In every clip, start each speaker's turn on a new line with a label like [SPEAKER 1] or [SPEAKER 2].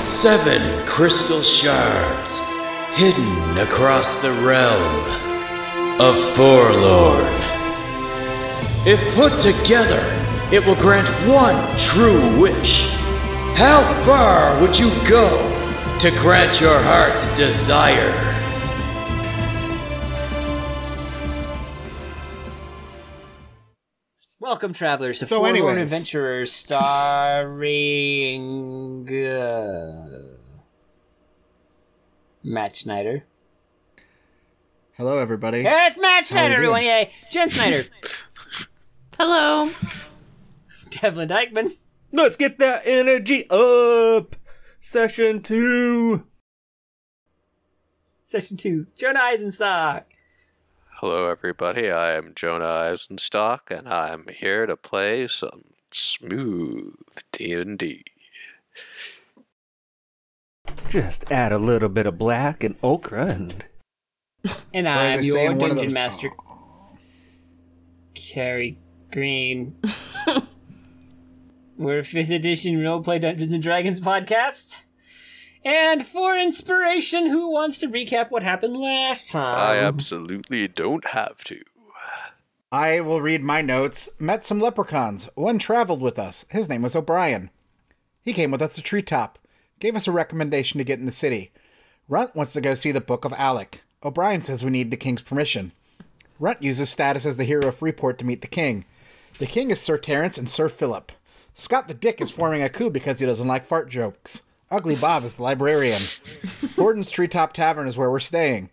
[SPEAKER 1] Seven crystal shards hidden across the realm of Forlorn. If put together, it will grant one true wish. How far would you go to grant your heart's desire?
[SPEAKER 2] Welcome, travelers, to
[SPEAKER 3] So
[SPEAKER 2] Forlorn
[SPEAKER 3] anyways.
[SPEAKER 2] Adventurers, starring uh, Matt Schneider.
[SPEAKER 3] Hello, everybody.
[SPEAKER 2] Yeah, It's Matt Schneider,
[SPEAKER 3] doing?
[SPEAKER 2] everyone! Yay! Jen Schneider,
[SPEAKER 4] Hello.
[SPEAKER 2] Devlin Dykeman,
[SPEAKER 5] Let's get that energy up. Session two.
[SPEAKER 2] Session Two, Jonah Eisenstock.
[SPEAKER 6] Hello, everybody. I am Jonah Eisenstock, and I'm here to play some smooth D&D.
[SPEAKER 5] Just add a little bit of black and ochre and
[SPEAKER 2] And
[SPEAKER 3] Or as
[SPEAKER 2] I'm
[SPEAKER 3] they
[SPEAKER 2] your
[SPEAKER 3] say in
[SPEAKER 2] dungeon
[SPEAKER 3] one of those- Oh.
[SPEAKER 2] master, Carrie Green. We're fifth edition roleplay Dungeons and Dragons podcast. And for inspiration, who wants to recap what happened last time?
[SPEAKER 6] I
[SPEAKER 3] Um,
[SPEAKER 6] absolutely don't have to.
[SPEAKER 3] I will read my notes. Met some leprechauns. One traveled with us. His name was O'Brien. He came with us to Treetop. Gave us a recommendation to get in the city. Runt wants to go see the Book of Alec. O'Brien says we need the king's permission. Runt uses status as the hero of Freeport to meet the king. The king is Sir Terence and Sir Philip. Scott the Dick is forming a coup because he doesn't like fart jokes. Ugly Bob is the librarian. Horton's Treetop Tavern is where we're staying.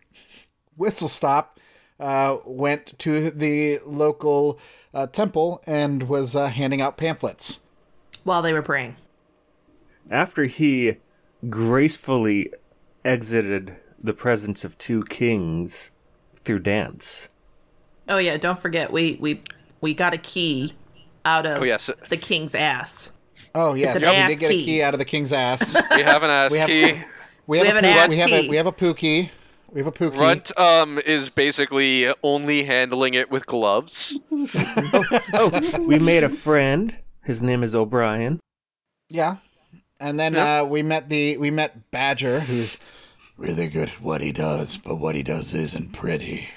[SPEAKER 3] Whistle Stop uh, went to the local uh, temple and was uh, handing out pamphlets.
[SPEAKER 4] While they were praying.
[SPEAKER 5] after he gracefully exited the presence of two kings through dance.
[SPEAKER 4] Oh yeah, don't forget we we we got a key out of
[SPEAKER 6] Oh, yes.
[SPEAKER 4] the king's ass.
[SPEAKER 3] Oh yes,
[SPEAKER 4] It's an
[SPEAKER 3] we
[SPEAKER 4] ass
[SPEAKER 3] did get
[SPEAKER 4] key.
[SPEAKER 3] a key out of the king's ass.
[SPEAKER 6] We have an ass
[SPEAKER 3] We have-
[SPEAKER 6] key.
[SPEAKER 3] We have,
[SPEAKER 4] We have an
[SPEAKER 3] a poo-
[SPEAKER 4] ass
[SPEAKER 3] we have
[SPEAKER 4] key.
[SPEAKER 3] a we have a poo key. We have a poo key.
[SPEAKER 6] Runt um, is basically only handling it with gloves.
[SPEAKER 5] Oh, we made a friend. His name is O'Brien.
[SPEAKER 3] Yeah. And then uh, we met the we met Badger, who's really good at what he does, but what he does isn't pretty.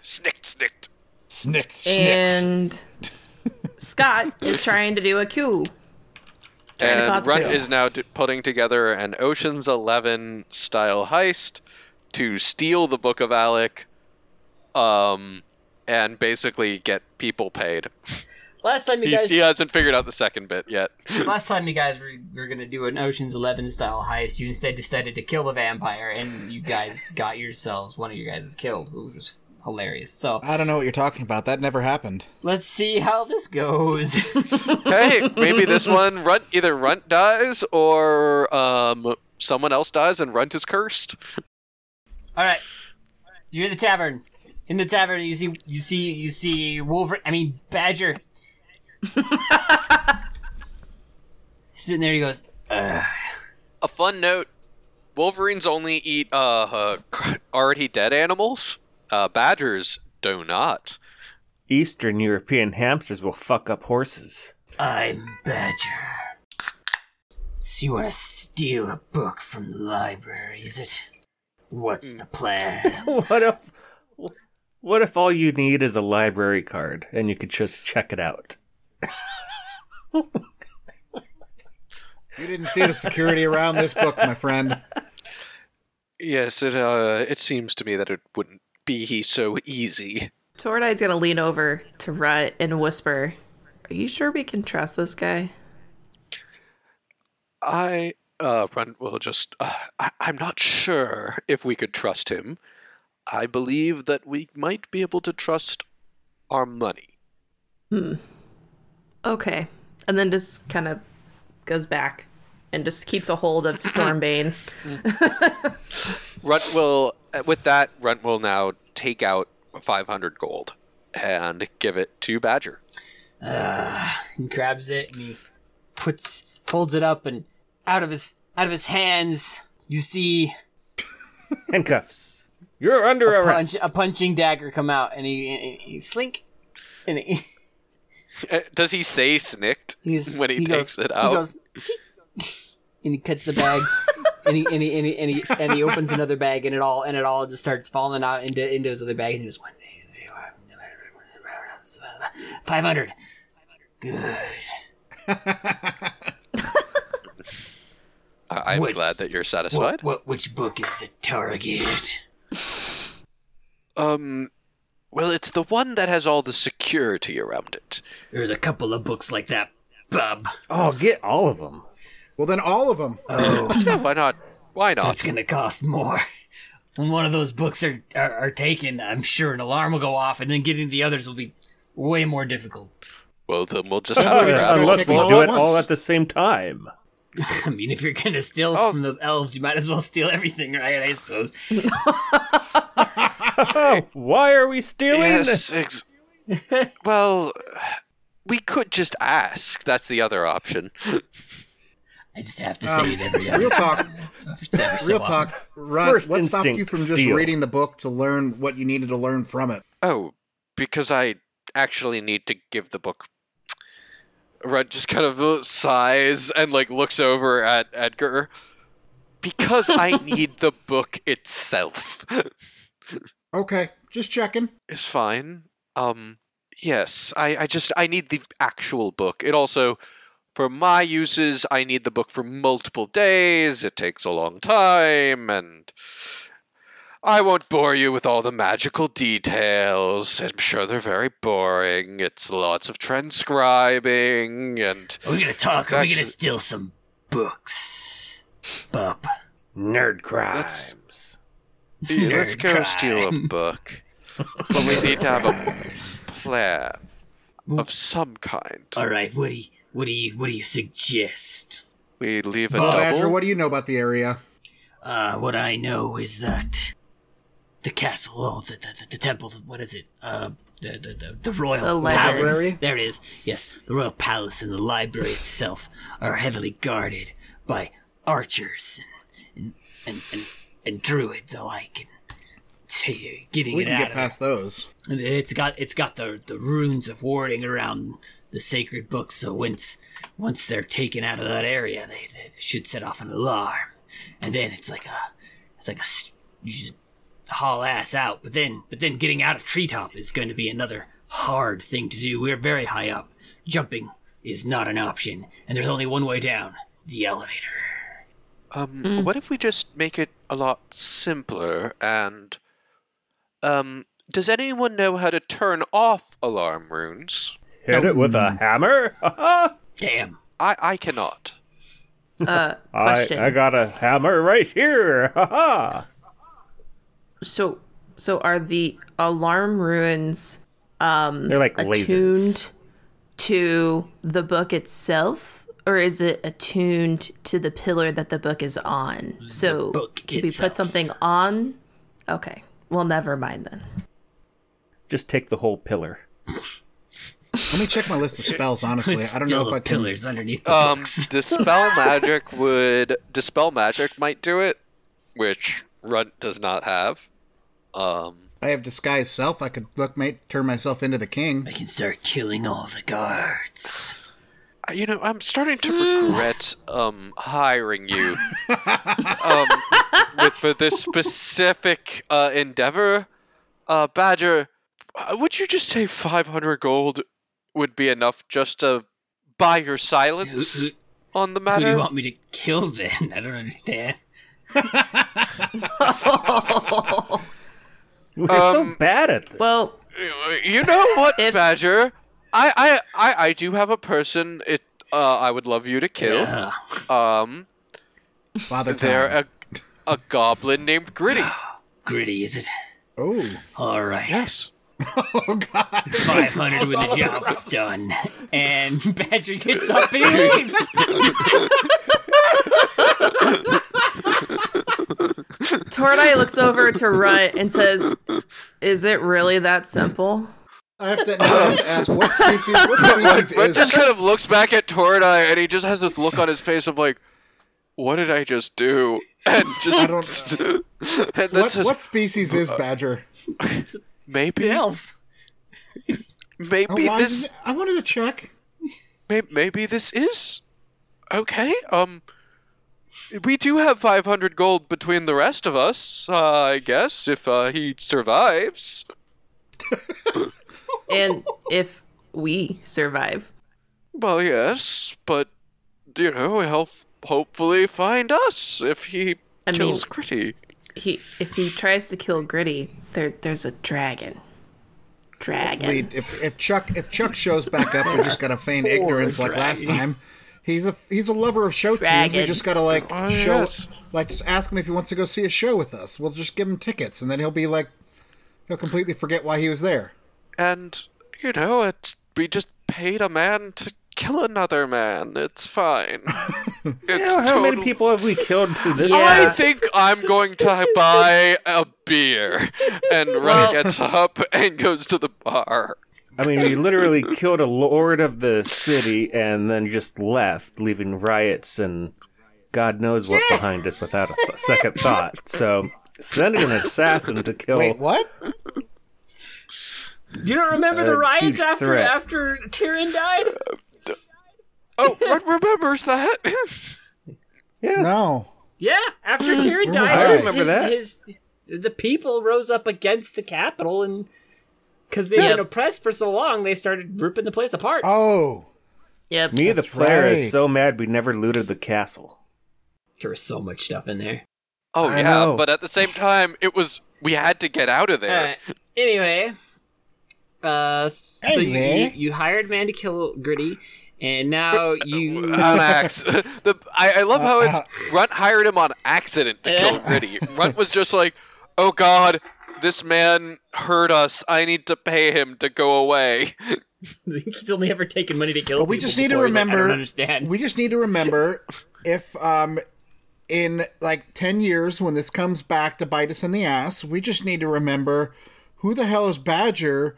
[SPEAKER 6] Snicked, snicked.
[SPEAKER 3] Snick, snick.
[SPEAKER 4] And Scott is trying to do a coup. Trying to
[SPEAKER 6] And
[SPEAKER 4] cause
[SPEAKER 6] Runt
[SPEAKER 4] chaos.
[SPEAKER 6] is now d- putting together an Ocean's Eleven style heist to steal the Book of Alec um, and basically get people paid.
[SPEAKER 2] last time you
[SPEAKER 6] He's,
[SPEAKER 2] guys,
[SPEAKER 6] he hasn't figured out the second bit yet.
[SPEAKER 2] last time you guys were, were gonna do an Ocean's Eleven style heist, you instead decided to kill the vampire, and you guys got yourselves one of you guys is killed, which was hilarious. So
[SPEAKER 3] I don't know what you're talking about. That never happened.
[SPEAKER 2] let's see how this goes.
[SPEAKER 6] hey, maybe this one Runt either Runt dies or um someone else dies and Runt is cursed.
[SPEAKER 2] All right, you're in the tavern. In the tavern, you see, you see, you see Wolver. I mean, Badger. Sitting there, he goes. "Ugh."
[SPEAKER 6] A fun note: Wolverines only eat uh, uh already dead animals. Uh, badgers do not.
[SPEAKER 5] Eastern European hamsters will fuck up horses.
[SPEAKER 2] I'm Badger. So you want to steal a book from the library, is it? What's the plan?
[SPEAKER 5] What if what if all you need is a library card and you could just check it out?
[SPEAKER 3] You didn't see the security around this book, my friend.
[SPEAKER 6] Yes, it uh it seems to me that it wouldn't be so easy.
[SPEAKER 4] Tordai's gonna lean over to Rut and whisper, Are you sure we can trust this guy?
[SPEAKER 6] I uh Runt will just uh, I, I'm not sure if we could trust him. I believe that we might be able to trust our money.
[SPEAKER 4] Okay. And then just kind of goes back and just keeps a hold of Stormbane.
[SPEAKER 6] Runt will, uh, with that, Runt will now take out 500 gold and give it to Badger.
[SPEAKER 2] and grabs it and he puts holds it up and out of his out of his hands you see
[SPEAKER 5] Handcuffs. You're under
[SPEAKER 6] Uh,
[SPEAKER 2] punch,
[SPEAKER 5] arrest.
[SPEAKER 2] a punching dagger come out and he, and he slink and he,
[SPEAKER 6] Uh, Does he say snicked
[SPEAKER 2] he's,
[SPEAKER 6] when he, takes
[SPEAKER 2] goes,
[SPEAKER 6] it out?
[SPEAKER 2] He goes, "Cheek." and he cuts the bag, and he and he, and he and he and he opens another bag, and it all and it all just starts falling out into into his other bag, and he just one day, five hundred, good.
[SPEAKER 6] I- I'm
[SPEAKER 2] What's-
[SPEAKER 6] glad that you're satisfied.
[SPEAKER 2] What, what which book is the target?
[SPEAKER 6] Um, well, it's the one that has all the security around it.
[SPEAKER 2] There's a couple of books like that, bub.
[SPEAKER 5] Oh, get all of them.
[SPEAKER 3] Well, then all of them.
[SPEAKER 2] Oh.
[SPEAKER 6] Yeah, why not? Why not?
[SPEAKER 2] That's gonna cost more. When one of those books are, are are taken, I'm sure an alarm will go off, and then getting the others will be way more difficult.
[SPEAKER 6] Well, then we'll just have to
[SPEAKER 3] Unless-
[SPEAKER 6] grab
[SPEAKER 5] Unless
[SPEAKER 3] unless
[SPEAKER 5] we
[SPEAKER 3] all
[SPEAKER 5] do
[SPEAKER 3] at
[SPEAKER 5] it all
[SPEAKER 3] once.
[SPEAKER 5] at the same time.
[SPEAKER 2] I mean, if you're gonna steal
[SPEAKER 6] Oh.
[SPEAKER 2] from the elves, you might as well steal everything, right? I suppose.
[SPEAKER 5] Why are we stealing?
[SPEAKER 6] Yes, ex- well, we could just ask. That's the other option.
[SPEAKER 2] I just have to
[SPEAKER 3] Um,
[SPEAKER 2] say it every
[SPEAKER 3] Real
[SPEAKER 2] other.
[SPEAKER 3] talk.
[SPEAKER 2] it's every so
[SPEAKER 3] Real
[SPEAKER 2] often.
[SPEAKER 3] talk. Ron,
[SPEAKER 5] First
[SPEAKER 3] what stopped you
[SPEAKER 5] instinct,
[SPEAKER 3] from just
[SPEAKER 5] steal.
[SPEAKER 3] reading the book to learn what you needed to learn from it?
[SPEAKER 6] Oh, because I actually need to give the book. Red just kind of uh, sighs and like looks over at Edgar because I need the book itself.
[SPEAKER 3] Okay, just checking.
[SPEAKER 6] is fine. Um, yes, I, I just I need the actual book. It also, for my uses, I need the book for multiple days. It takes a long time, and I won't bore you with all the magical details. I'm sure they're very boring. It's lots of transcribing and
[SPEAKER 2] Are we gonna talk? Are we gonna
[SPEAKER 6] actually-
[SPEAKER 2] steal some books? Bub.
[SPEAKER 5] Nerd crimes.
[SPEAKER 6] That's- Yeah, let's
[SPEAKER 2] Nerd
[SPEAKER 6] go steal a book. but we need to have a plan of some kind.
[SPEAKER 2] All right, what do you, what do you, what do you suggest?
[SPEAKER 6] We leave a
[SPEAKER 2] Well,
[SPEAKER 6] double.
[SPEAKER 3] Badger, what do you know about the area?
[SPEAKER 2] Uh, what I know is that the castle, oh, the, the, the, the temple, what is it? Uh, the, the, the, the royal
[SPEAKER 4] The
[SPEAKER 2] palace.
[SPEAKER 3] library?
[SPEAKER 2] There it is. Yes, the royal palace and the library itself are heavily guarded by archers and and and, and, and druids alike. And t- getting
[SPEAKER 3] We
[SPEAKER 2] it
[SPEAKER 3] can
[SPEAKER 2] out
[SPEAKER 3] get
[SPEAKER 2] of
[SPEAKER 3] past those.
[SPEAKER 2] and it's got it's got the the runes of warding around the sacred books. So once once they're taken out of that area, they, they should set off an alarm, and then it's like a it's like a s- you just haul ass out. But then but then getting out of treetop is going to be another hard thing to do. We're very high up. Jumping is not an option, and there's only one way down: the elevator.
[SPEAKER 6] Um, what if we just make it a lot simpler and um does anyone know how to turn off alarm runes?
[SPEAKER 5] Hit it with
[SPEAKER 4] Mm.
[SPEAKER 5] a hammer? I,
[SPEAKER 2] Damn.
[SPEAKER 6] I I cannot.
[SPEAKER 4] Uh, question.
[SPEAKER 5] I got a hammer right here. Ha
[SPEAKER 4] So, so are the alarm ruins
[SPEAKER 5] They're like lasers.
[SPEAKER 4] attuned to the book itself, or is it attuned to the pillar that the book is on? So,
[SPEAKER 2] book
[SPEAKER 4] if we
[SPEAKER 2] itself.
[SPEAKER 4] put something on? Okay. Well, never mind then.
[SPEAKER 5] Just take the whole pillar.
[SPEAKER 3] Let me check my list of spells, honestly. I don't
[SPEAKER 2] Still
[SPEAKER 3] know if
[SPEAKER 2] the
[SPEAKER 3] I can.
[SPEAKER 2] pillars underneath the
[SPEAKER 6] Um
[SPEAKER 2] books.
[SPEAKER 6] dispel magic would dispel magic might do it, which Runt does not have. Um
[SPEAKER 3] I have disguised self. I could look, mate, turn myself into the king.
[SPEAKER 2] I can start killing all the guards.
[SPEAKER 6] I- you know, I'm starting to regret um hiring you um with for this specific uh endeavor. Uh Badger, uh, would you just say 500 gold would be enough just to buy your silence
[SPEAKER 2] Who- who-
[SPEAKER 6] on the
[SPEAKER 2] Who do you
[SPEAKER 6] matter?
[SPEAKER 2] want me to kill then? I don't understand.
[SPEAKER 5] We're so
[SPEAKER 6] Um,
[SPEAKER 5] bad at this.
[SPEAKER 4] Well,
[SPEAKER 6] You- Uh, You know what,
[SPEAKER 4] If-
[SPEAKER 6] Badger? I, I I I do have a person it uh I would love you to kill.
[SPEAKER 2] Uh,
[SPEAKER 6] Um
[SPEAKER 3] Father
[SPEAKER 6] they're
[SPEAKER 3] Time.
[SPEAKER 6] a a goblin named Gritty.
[SPEAKER 2] gritty, is it?
[SPEAKER 3] Oh,
[SPEAKER 2] All right.
[SPEAKER 6] Yes.
[SPEAKER 3] oh God!
[SPEAKER 2] 500 when the job's done. And Patrick gets up and he leaves.
[SPEAKER 4] Tordai looks over to Runt and says, "Is it really that simple?"
[SPEAKER 3] I have to, now I have to ask what species. What
[SPEAKER 6] Brett
[SPEAKER 3] species
[SPEAKER 6] just
[SPEAKER 3] is?
[SPEAKER 6] kind of looks back at Tordai and he just has this look on his face of like, what did I just do? And just
[SPEAKER 3] I don't-
[SPEAKER 6] and then
[SPEAKER 3] What,
[SPEAKER 6] says,
[SPEAKER 3] what species is Uh, Badger?
[SPEAKER 6] maybe
[SPEAKER 2] Elf.
[SPEAKER 3] Oh,
[SPEAKER 6] maybe
[SPEAKER 3] why
[SPEAKER 6] this
[SPEAKER 3] didn't- I wanted to check.
[SPEAKER 6] may, maybe this is okay. Um we do have 500 gold between the rest of us, uh, I guess, if uh, he survives.
[SPEAKER 4] And if we survive,
[SPEAKER 6] Well, yes, but, you know, he'll f- hopefully find us if he
[SPEAKER 4] I mean-
[SPEAKER 6] kills Gritty.
[SPEAKER 4] he if he tries to kill Gritty, there there's a dragon. Dragon.
[SPEAKER 3] Lead- If, if Chuck if Chuck shows back up, we just gotta feign ignorance like last time. He's a he's a lover of show tunes. We
[SPEAKER 4] Dragons.
[SPEAKER 3] just gotta like
[SPEAKER 6] Oh,
[SPEAKER 3] show
[SPEAKER 6] yes.
[SPEAKER 3] like just ask him if he wants to go see a show with us. We'll just give him tickets, and then he'll be like he'll completely forget why he was there.
[SPEAKER 6] And, you know, it's we just paid a man to kill another man. It's fine. it's
[SPEAKER 5] How
[SPEAKER 6] total-
[SPEAKER 5] many people have we killed through this?
[SPEAKER 4] Yeah.
[SPEAKER 6] I think I'm going to buy a beer. And Ren
[SPEAKER 4] Well-
[SPEAKER 6] gets up and goes to the bar.
[SPEAKER 5] I mean, we literally killed a lord of the city and then just left, leaving riots and God knows what behind us without a th- second thought. So, sending an assassin to kill.
[SPEAKER 3] Wait, what?
[SPEAKER 2] You don't remember the
[SPEAKER 5] A
[SPEAKER 2] riots
[SPEAKER 5] huge
[SPEAKER 2] after
[SPEAKER 5] threat.
[SPEAKER 2] after Tyrion died?
[SPEAKER 6] Oh, Ren remembers that.
[SPEAKER 5] Yeah.
[SPEAKER 3] No.
[SPEAKER 2] Yeah, after Tyrion died,
[SPEAKER 3] I
[SPEAKER 2] his-
[SPEAKER 5] remember that.
[SPEAKER 2] his, his the people rose up against the capital and because they've been
[SPEAKER 4] Yep.
[SPEAKER 2] oppressed for so long, they started ripping the place apart.
[SPEAKER 5] Uh,
[SPEAKER 3] Oh,
[SPEAKER 4] Yep.
[SPEAKER 5] Me, the
[SPEAKER 3] That's
[SPEAKER 5] player,
[SPEAKER 3] right.
[SPEAKER 5] is so mad we never looted the castle.
[SPEAKER 2] There was so much stuff in there.
[SPEAKER 6] Oh
[SPEAKER 5] I
[SPEAKER 6] yeah,
[SPEAKER 5] know.
[SPEAKER 6] but at the same time, it was we had to get out of
[SPEAKER 2] All
[SPEAKER 6] there.
[SPEAKER 2] right. Anyway, uh, s- so you-
[SPEAKER 3] Anyway.
[SPEAKER 2] you, you hired man to kill Gritty, and now you
[SPEAKER 6] on accident. The, I, I love how it's Runt hired him on accident to kill Gritty. Runt was just like, "Oh God, this man hurt us. I need to pay him to go away."
[SPEAKER 2] he's only ever taken money to kill.
[SPEAKER 3] But we
[SPEAKER 2] people
[SPEAKER 3] just need to
[SPEAKER 2] before. He's like, I don't
[SPEAKER 3] remember.
[SPEAKER 2] understand.
[SPEAKER 3] We just need to remember if um in like ten years when this comes back to bite us in the ass, we just need to remember who the hell is Badger.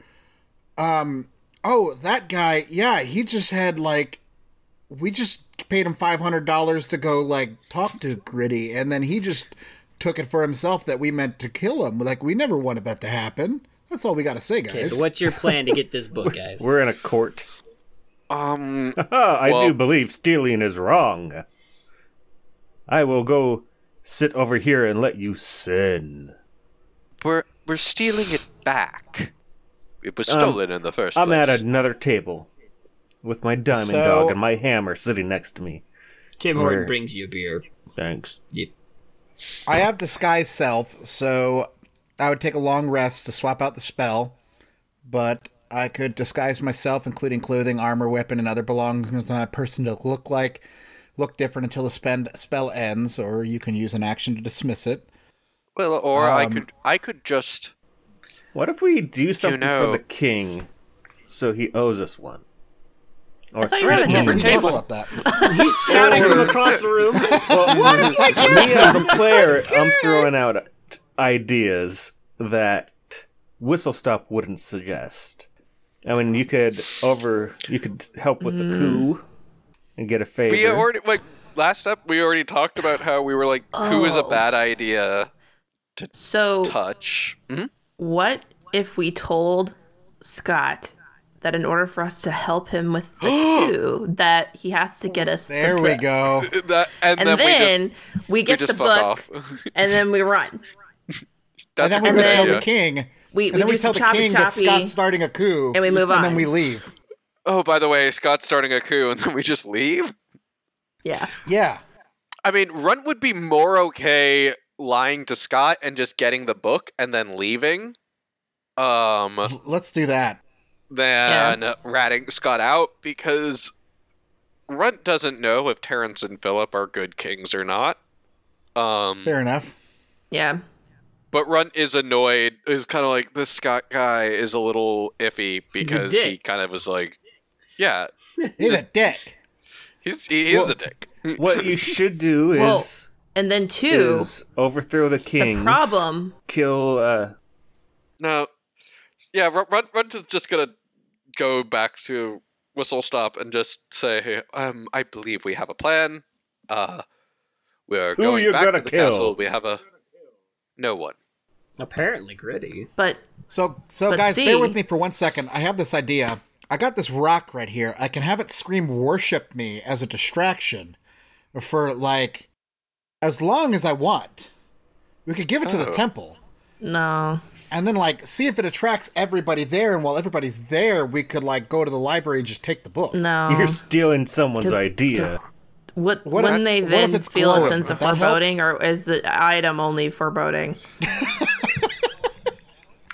[SPEAKER 3] Um. Oh, that guy. Yeah, he just had like we just paid him five hundred dollars to go like talk to Gritty, and then he just took it for himself that we meant to kill him. Like we never wanted that to happen. That's all we gotta say, guys.
[SPEAKER 2] okay, so what's your plan to get this book, guys?
[SPEAKER 5] We're in a court.
[SPEAKER 6] Um,
[SPEAKER 5] I
[SPEAKER 6] Well-
[SPEAKER 5] do believe stealing is wrong. I will go sit over here and let you sin.
[SPEAKER 6] we're we're stealing it back. It was
[SPEAKER 3] Um,
[SPEAKER 6] stolen in the 1st
[SPEAKER 5] I'm
[SPEAKER 6] place.
[SPEAKER 5] at another table with my diamond
[SPEAKER 3] So-
[SPEAKER 5] dog and my hammer sitting next to me.
[SPEAKER 2] Tim Horton
[SPEAKER 5] We're-
[SPEAKER 2] brings you a beer.
[SPEAKER 5] Thanks.
[SPEAKER 3] I have disguise self, so I would take a long rest to swap out the spell, but I could disguise myself, including clothing, armor, weapon, and other belongings on a person to look like, look different until the spend, spell ends, or you can use an action to dismiss it.
[SPEAKER 6] well, or I
[SPEAKER 3] Um,
[SPEAKER 6] could I could just
[SPEAKER 5] What if we do something
[SPEAKER 6] know-
[SPEAKER 5] for the king so he owes us one? Or
[SPEAKER 4] thought you were on a
[SPEAKER 5] threaten him
[SPEAKER 6] different
[SPEAKER 5] with
[SPEAKER 3] We'll
[SPEAKER 6] table.
[SPEAKER 3] talk about that.
[SPEAKER 2] He's shouting from across the room.
[SPEAKER 5] me as a player, I'm throwing out ideas that Whistle Stop wouldn't suggest. I mean, you could over, you could help with
[SPEAKER 4] Hmm.
[SPEAKER 5] the coup and get a favor.
[SPEAKER 6] We already like last up. We already talked about how we were like, who is a bad idea
[SPEAKER 4] So
[SPEAKER 6] touch? Hmm?
[SPEAKER 4] what if we told Scott that in order for us to help him with the coup, that he has to get us the
[SPEAKER 3] There we
[SPEAKER 4] book?
[SPEAKER 3] go.
[SPEAKER 6] That, and,
[SPEAKER 4] And,
[SPEAKER 6] then, we
[SPEAKER 4] then
[SPEAKER 6] just
[SPEAKER 4] we,
[SPEAKER 6] we
[SPEAKER 4] get
[SPEAKER 6] just
[SPEAKER 4] the
[SPEAKER 6] fuck
[SPEAKER 4] book
[SPEAKER 6] off.
[SPEAKER 4] and then we run.
[SPEAKER 3] And
[SPEAKER 6] That's a
[SPEAKER 3] then we
[SPEAKER 6] good
[SPEAKER 3] would
[SPEAKER 4] then-
[SPEAKER 3] tell
[SPEAKER 6] idea.
[SPEAKER 3] the king,
[SPEAKER 4] We,
[SPEAKER 3] and
[SPEAKER 4] we
[SPEAKER 3] then
[SPEAKER 4] do
[SPEAKER 3] we tell
[SPEAKER 4] some
[SPEAKER 3] the
[SPEAKER 4] choppy
[SPEAKER 3] king that
[SPEAKER 4] choppy.
[SPEAKER 3] Scott's starting a coup,
[SPEAKER 4] and we move
[SPEAKER 3] and
[SPEAKER 4] on.
[SPEAKER 3] then we leave.
[SPEAKER 6] Oh, by the way, Scott's starting a coup, and then we just leave.
[SPEAKER 4] yeah.
[SPEAKER 3] Yeah,
[SPEAKER 6] I mean, Runt would be more okay lying to Scott and just getting the book and then leaving, um,
[SPEAKER 3] let's do that.
[SPEAKER 6] than ratting Scott out because Runt doesn't know if Terrence and Philip are good kings or not. Um,
[SPEAKER 3] Fair enough.
[SPEAKER 4] Yeah.
[SPEAKER 6] But Runt is annoyed. Is kind of like this Scott guy is a little iffy because he
[SPEAKER 2] dick.
[SPEAKER 6] kind of was like, yeah,
[SPEAKER 3] He's a dick.
[SPEAKER 6] he's he is a dick.
[SPEAKER 5] what you should do is
[SPEAKER 4] Well, And then two,
[SPEAKER 5] is overthrow the king.
[SPEAKER 4] the problem
[SPEAKER 5] Kill. Uh,
[SPEAKER 6] No, yeah, Runt, Runt, Runt is just gonna go back to whistle stop and just say, um, I believe we have a plan. Uh, we're
[SPEAKER 5] Who
[SPEAKER 6] going
[SPEAKER 5] you
[SPEAKER 6] back
[SPEAKER 5] gonna
[SPEAKER 6] to the
[SPEAKER 5] kill?
[SPEAKER 6] castle. We have a no one.
[SPEAKER 2] Apparently, gritty.
[SPEAKER 4] but
[SPEAKER 3] So, so
[SPEAKER 4] But
[SPEAKER 3] guys,
[SPEAKER 4] see-
[SPEAKER 3] bear with me for one second. I have this idea. I got this rock right here. I can have it scream "worship me" as a distraction for like as long as I want. We could give it to the
[SPEAKER 6] Oh.
[SPEAKER 3] temple
[SPEAKER 4] No.
[SPEAKER 3] and then like see if it attracts everybody there. And while everybody's there, we could like go to the library and just take the book.
[SPEAKER 4] No.
[SPEAKER 5] You're stealing someone's
[SPEAKER 4] Does-
[SPEAKER 5] idea.
[SPEAKER 4] does- What,
[SPEAKER 3] What
[SPEAKER 4] wouldn't
[SPEAKER 3] if-
[SPEAKER 4] they
[SPEAKER 3] what
[SPEAKER 4] then
[SPEAKER 3] if it's
[SPEAKER 4] feel
[SPEAKER 3] glowing?
[SPEAKER 4] a sense
[SPEAKER 3] Would
[SPEAKER 4] of
[SPEAKER 3] that help?
[SPEAKER 4] foreboding, or is the item only foreboding?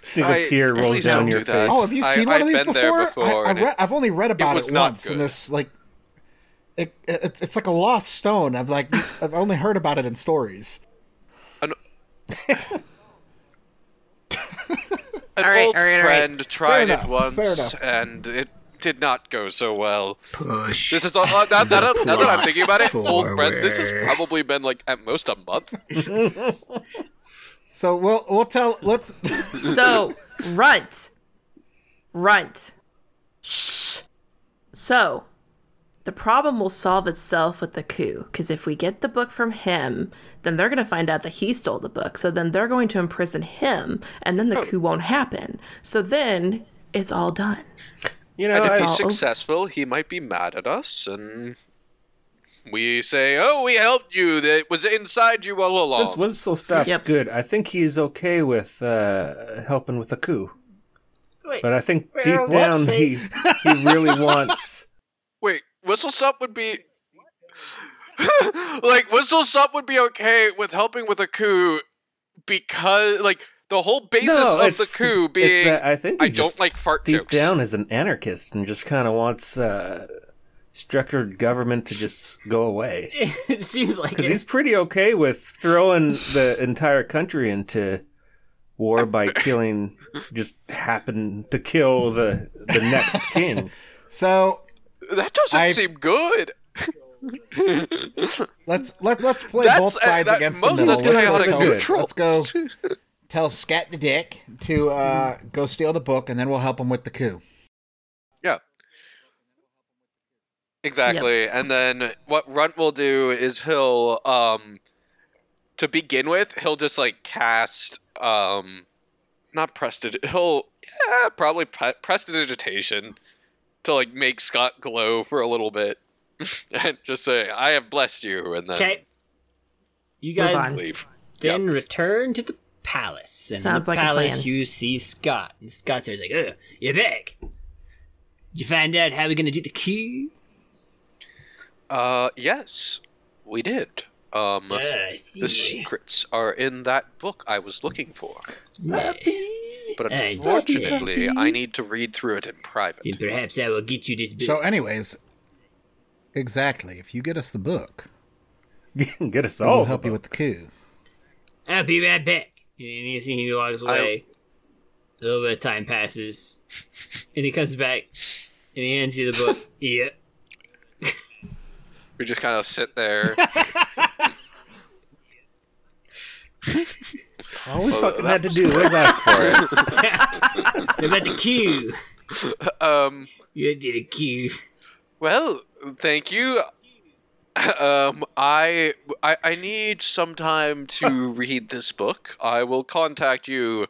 [SPEAKER 5] Single
[SPEAKER 6] I-
[SPEAKER 5] tear rolls
[SPEAKER 6] please
[SPEAKER 5] down
[SPEAKER 6] don't
[SPEAKER 5] your
[SPEAKER 6] do
[SPEAKER 5] face.
[SPEAKER 6] that.
[SPEAKER 3] Oh, have you
[SPEAKER 6] I-
[SPEAKER 3] seen one
[SPEAKER 6] I've
[SPEAKER 3] of these
[SPEAKER 6] been
[SPEAKER 3] before?
[SPEAKER 6] there before,
[SPEAKER 3] I, I
[SPEAKER 6] and it-
[SPEAKER 3] re- I've only read about
[SPEAKER 6] was
[SPEAKER 3] it
[SPEAKER 6] not
[SPEAKER 3] once, and
[SPEAKER 6] good.
[SPEAKER 3] this like, it, it it's it's like a lost stone. I've like I've only heard about it in stories.
[SPEAKER 6] An, an
[SPEAKER 4] All
[SPEAKER 6] old
[SPEAKER 4] right, all right, all right.
[SPEAKER 6] friend tried
[SPEAKER 3] enough,
[SPEAKER 6] it
[SPEAKER 3] fair
[SPEAKER 6] once,
[SPEAKER 3] enough.
[SPEAKER 6] and it did not go so well.
[SPEAKER 2] Push.
[SPEAKER 6] This is all, uh, now, now that- now that I'm thinking about it, old friend. This has
[SPEAKER 2] Forward.
[SPEAKER 6] probably been like at most a month.
[SPEAKER 3] So we'll we'll tell. Let's
[SPEAKER 4] So, runt. Runt. Shh. So, the problem will solve itself with the coup, because if we get the book from him, then they're going to find out that he stole the book. So then they're going to imprison him, and then the coup won't happen. So then it's all done.
[SPEAKER 5] You know,
[SPEAKER 6] And if
[SPEAKER 5] I,
[SPEAKER 6] he's
[SPEAKER 4] all-
[SPEAKER 6] successful, he might be mad at us, and we say, "Oh, we helped you. That it was inside you all along."
[SPEAKER 5] since Whistle Stop's
[SPEAKER 4] Yep.
[SPEAKER 5] good, I think he's okay with uh, helping with the coup.
[SPEAKER 7] Wait,
[SPEAKER 5] But I think
[SPEAKER 7] Well,
[SPEAKER 5] deep
[SPEAKER 7] what
[SPEAKER 5] down
[SPEAKER 7] they-
[SPEAKER 5] he he really wants.
[SPEAKER 6] Wait, whistle sup would be like whistle sup would be okay with helping with a coup because like the whole basis of the
[SPEAKER 5] it's-
[SPEAKER 6] coup
[SPEAKER 5] it's
[SPEAKER 6] being
[SPEAKER 5] that I think he
[SPEAKER 6] I don't
[SPEAKER 5] just
[SPEAKER 6] like fart
[SPEAKER 5] deep
[SPEAKER 6] jokes.
[SPEAKER 5] down is an anarchist and just kind of wants uh, structured government to just go away.
[SPEAKER 2] it seems like
[SPEAKER 5] Because
[SPEAKER 2] it.
[SPEAKER 5] he's pretty okay with throwing the entire country into war by killing, just happen to kill the the next king.
[SPEAKER 3] so
[SPEAKER 6] That doesn't
[SPEAKER 3] I've-
[SPEAKER 6] seem good.
[SPEAKER 3] let's let's let's play
[SPEAKER 6] That's-
[SPEAKER 3] both
[SPEAKER 6] uh,
[SPEAKER 3] sides
[SPEAKER 6] that-
[SPEAKER 3] against
[SPEAKER 6] most
[SPEAKER 3] the
[SPEAKER 6] of
[SPEAKER 3] middle.
[SPEAKER 6] this guy
[SPEAKER 3] Let's go,
[SPEAKER 6] oughta
[SPEAKER 3] tell,
[SPEAKER 6] go
[SPEAKER 3] let's go tell Scat the Dick to uh, go steal the book, and then we'll help him with the coup.
[SPEAKER 6] Yeah. Exactly. And then what Runt will do is he'll um to begin with, he'll just like cast um not prestid he'll yeah, probably pre- prestidigitation to like make Scott glow for a little bit and just say I have blessed you and then
[SPEAKER 2] Okay. You
[SPEAKER 4] Move
[SPEAKER 2] guys
[SPEAKER 4] on.
[SPEAKER 6] leave.
[SPEAKER 2] Then
[SPEAKER 6] Yeah.
[SPEAKER 2] return to the palace. And
[SPEAKER 4] Sounds
[SPEAKER 2] in the
[SPEAKER 4] like a
[SPEAKER 2] palace,
[SPEAKER 4] plan.
[SPEAKER 2] you see Scott. And Scott's there's like, ugh, you're back. Did you find out how we're going to do the key?
[SPEAKER 6] Uh yes, we did. Um
[SPEAKER 2] Uh, I see.
[SPEAKER 6] the secrets are in that book I was looking for.
[SPEAKER 2] Yeah.
[SPEAKER 6] But
[SPEAKER 2] Hey,
[SPEAKER 6] unfortunately, I need to read through it in private.
[SPEAKER 2] Then perhaps I will get you this book.
[SPEAKER 3] So, anyways, exactly. If you get us the book,
[SPEAKER 5] You can get us
[SPEAKER 3] we'll
[SPEAKER 5] all.
[SPEAKER 3] help you with the coup.
[SPEAKER 2] I'll be right back. And you see he walks away. A little bit of time passes. And he comes back. And he hands you the book. yeah.
[SPEAKER 6] We just kind of sit there.
[SPEAKER 5] All we
[SPEAKER 6] Oh,
[SPEAKER 5] fucking
[SPEAKER 6] that
[SPEAKER 5] had to
[SPEAKER 6] was
[SPEAKER 5] do was uh, ask for it.
[SPEAKER 2] What about the queue?
[SPEAKER 6] um,
[SPEAKER 2] You did a queue.
[SPEAKER 6] well, thank you. Um, I, I I need some time to read this book. I will contact you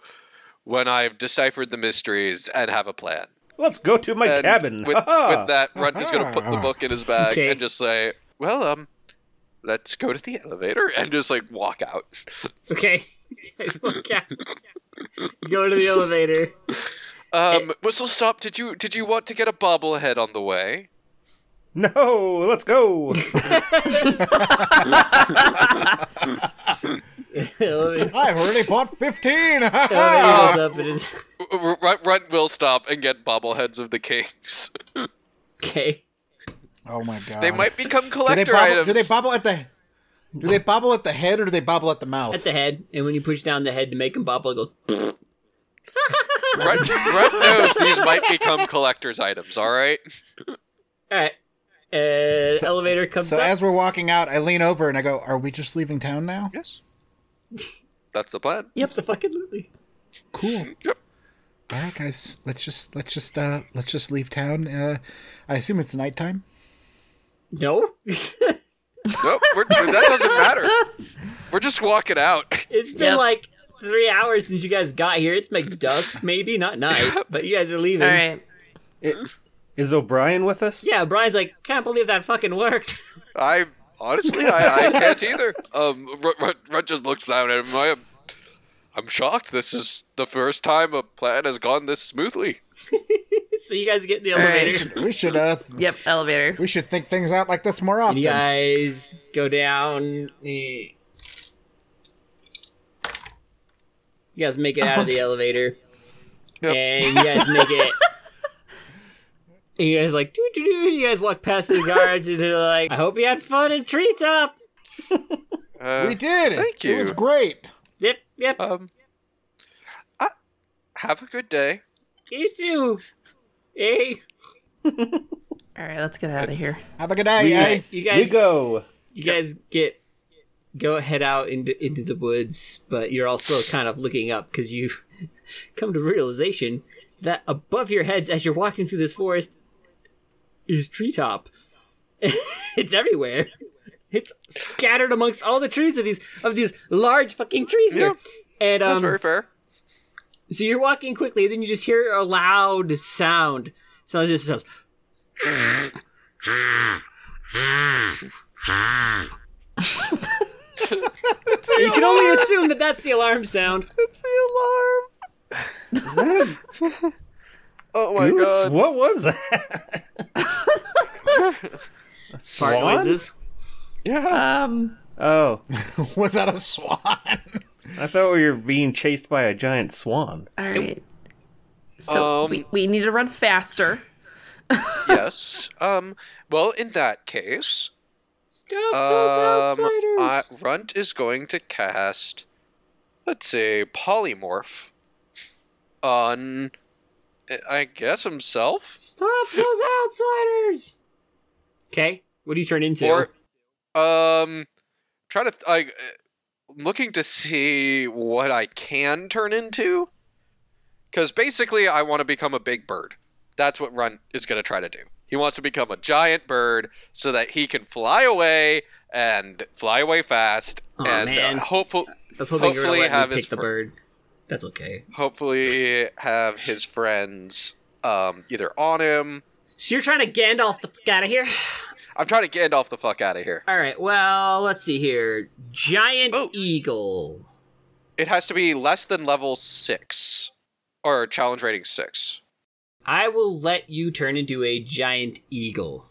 [SPEAKER 6] when I've deciphered the mysteries and have a plan.
[SPEAKER 5] Let's go to my
[SPEAKER 6] And
[SPEAKER 5] cabin.
[SPEAKER 6] With,
[SPEAKER 5] Ha-ha.
[SPEAKER 6] with that, Runt is going to put the book in his bag
[SPEAKER 2] Okay.
[SPEAKER 6] and just say, "Well, um, let's go to the elevator," and just like walk out.
[SPEAKER 2] Okay. okay. Go to the elevator.
[SPEAKER 6] Um, whistle stop. Did you did you want to get a bobblehead on the way?
[SPEAKER 5] No, let's go.
[SPEAKER 2] elevator
[SPEAKER 3] I've already bought fifteen. Ah!
[SPEAKER 2] goes up and it's
[SPEAKER 6] R- R- Runt will stop and get bobbleheads of the kings.
[SPEAKER 2] okay.
[SPEAKER 3] oh my god!
[SPEAKER 6] They might become
[SPEAKER 3] Do they,
[SPEAKER 6] collector
[SPEAKER 3] bobble,
[SPEAKER 6] items.
[SPEAKER 3] do they bobble at the? Do they bobble at the head or do they bobble at the mouth?
[SPEAKER 2] At the head, and when you push down the head to make him bobble, it goes.
[SPEAKER 6] Runt, Runt knows these might become collector's items. All right.
[SPEAKER 2] All right. Uh, elevator comes
[SPEAKER 3] So
[SPEAKER 2] up.
[SPEAKER 3] as we're walking out, I lean over and I go, "Are we just leaving town now?"
[SPEAKER 6] Yes. That's the plan.
[SPEAKER 2] yep, the fucking Lily.
[SPEAKER 3] Cool.
[SPEAKER 6] Yep.
[SPEAKER 3] All right, guys. Let's just let's just uh let's just leave town. Uh, I assume it's nighttime.
[SPEAKER 2] No,
[SPEAKER 6] Nope. We're, that doesn't matter. We're just walking out.
[SPEAKER 2] it's been
[SPEAKER 4] Yep.
[SPEAKER 2] like three hours since you guys got here. It's like dusk, maybe not night, but you guys are leaving.
[SPEAKER 4] All right.
[SPEAKER 5] Is O'Brien with us?
[SPEAKER 2] Yeah, Brian's like, can't believe that fucking worked.
[SPEAKER 6] I honestly, I, I can't either. Um, Rut, Rut, Rut just looks down at him. I, I'm shocked. This is the first time a plan has gone this smoothly.
[SPEAKER 2] so you guys get in the elevator.
[SPEAKER 3] We should uh,
[SPEAKER 4] Yep, elevator.
[SPEAKER 3] we should think things out like this more
[SPEAKER 2] And
[SPEAKER 3] often.
[SPEAKER 2] you guys go down. eh. You guys make it out of the elevator,
[SPEAKER 6] Yep.
[SPEAKER 2] and you guys make it. and you guys like doo doo doo. You guys walk past the guards, and they're like, "I hope you had fun in treetop."
[SPEAKER 6] Uh,
[SPEAKER 3] we did. It
[SPEAKER 6] Thank you.
[SPEAKER 3] was great.
[SPEAKER 2] Yep, yep.
[SPEAKER 6] Um, I, have a good day.
[SPEAKER 2] you too. Hey,
[SPEAKER 4] All right, let's get out of here.
[SPEAKER 3] Have a good day. eh?
[SPEAKER 2] you
[SPEAKER 5] We
[SPEAKER 2] guys.
[SPEAKER 5] go.
[SPEAKER 2] you guys get go head out into into the woods, but you're also kind of looking up because you come to realization that above your heads as you're walking through this forest is treetop. it's everywhere. It's scattered amongst all the trees of these of these large fucking trees here. And um,
[SPEAKER 6] That's very fair.
[SPEAKER 2] so you're walking quickly, then you just hear a loud sound. So like this sounds. you can only assume that that's the alarm sound.
[SPEAKER 6] It's the alarm.
[SPEAKER 5] Is that a
[SPEAKER 6] Oh my
[SPEAKER 5] goose?
[SPEAKER 6] god.
[SPEAKER 5] What was that? A
[SPEAKER 2] Fart
[SPEAKER 5] swan?
[SPEAKER 2] noises.
[SPEAKER 6] Yeah.
[SPEAKER 4] Um,
[SPEAKER 5] Oh,
[SPEAKER 3] Was that a swan?
[SPEAKER 5] I thought we were being chased by a giant swan.
[SPEAKER 4] all right. So
[SPEAKER 6] Um,
[SPEAKER 4] we, we need to run faster.
[SPEAKER 6] yes. Um. Well, in that case,
[SPEAKER 2] Stop
[SPEAKER 6] um,
[SPEAKER 2] those outsiders.
[SPEAKER 6] I, Runt is going to cast. Let's say polymorph. On, I- I guess himself.
[SPEAKER 2] Stop those outsiders. Okay, what do you turn into?
[SPEAKER 6] Or, um, try to. Th- I, I'm looking to see what I can turn into. Because basically, I want to become a big bird. That's what Run is going to try to do. He wants to become a giant bird so that he can fly away and fly away fast.
[SPEAKER 2] Aw,
[SPEAKER 6] and
[SPEAKER 2] man.
[SPEAKER 6] Uh, hopeful,
[SPEAKER 2] I was hoping you were gonna
[SPEAKER 6] hopefully
[SPEAKER 2] let me
[SPEAKER 6] have
[SPEAKER 2] pick
[SPEAKER 6] his
[SPEAKER 2] the
[SPEAKER 6] fr-
[SPEAKER 2] bird. That's okay.
[SPEAKER 6] hopefully, have his friends um, either on him.
[SPEAKER 2] So you're trying to Gandalf the fuck out of here.
[SPEAKER 6] I'm trying to get off the fuck out of here.
[SPEAKER 2] All right. Well, let's see here. Giant
[SPEAKER 6] Oh.
[SPEAKER 2] eagle.
[SPEAKER 6] It has to be less than level six or challenge rating six.
[SPEAKER 2] I will let you turn into a giant eagle.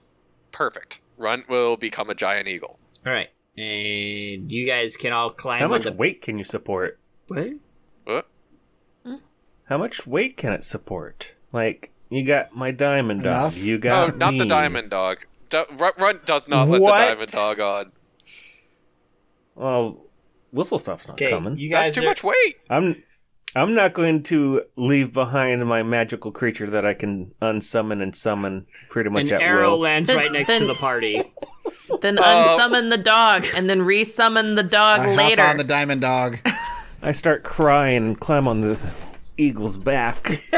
[SPEAKER 6] Perfect. Runt will become a giant eagle.
[SPEAKER 2] All right. And you guys can all climb
[SPEAKER 5] How
[SPEAKER 2] on
[SPEAKER 5] much
[SPEAKER 2] the
[SPEAKER 5] weight can you support?
[SPEAKER 2] what?
[SPEAKER 6] What?
[SPEAKER 5] How much weight can it support? Like, you got my diamond
[SPEAKER 3] Enough?
[SPEAKER 5] dog. You
[SPEAKER 6] Oh,
[SPEAKER 5] got
[SPEAKER 6] not the
[SPEAKER 5] me.
[SPEAKER 6] diamond dog. Do- Runt, Runt does not let
[SPEAKER 5] What?
[SPEAKER 6] the diamond dog on.
[SPEAKER 5] Well, whistle stop's not
[SPEAKER 2] Okay,
[SPEAKER 5] coming.
[SPEAKER 2] you guys
[SPEAKER 6] That's too
[SPEAKER 2] are-
[SPEAKER 6] much weight.
[SPEAKER 5] I'm I'm not going to leave behind my magical creature that I can unsummon and summon pretty much
[SPEAKER 2] An
[SPEAKER 5] at
[SPEAKER 2] arrow
[SPEAKER 5] will.
[SPEAKER 2] lands
[SPEAKER 4] Then-
[SPEAKER 2] right next to
[SPEAKER 4] then-
[SPEAKER 2] the party.
[SPEAKER 4] Then unsummon the dog, and then resummon the dog
[SPEAKER 3] I hop
[SPEAKER 4] later.
[SPEAKER 3] on the diamond dog.
[SPEAKER 5] I start crying and climb on the eagle's back.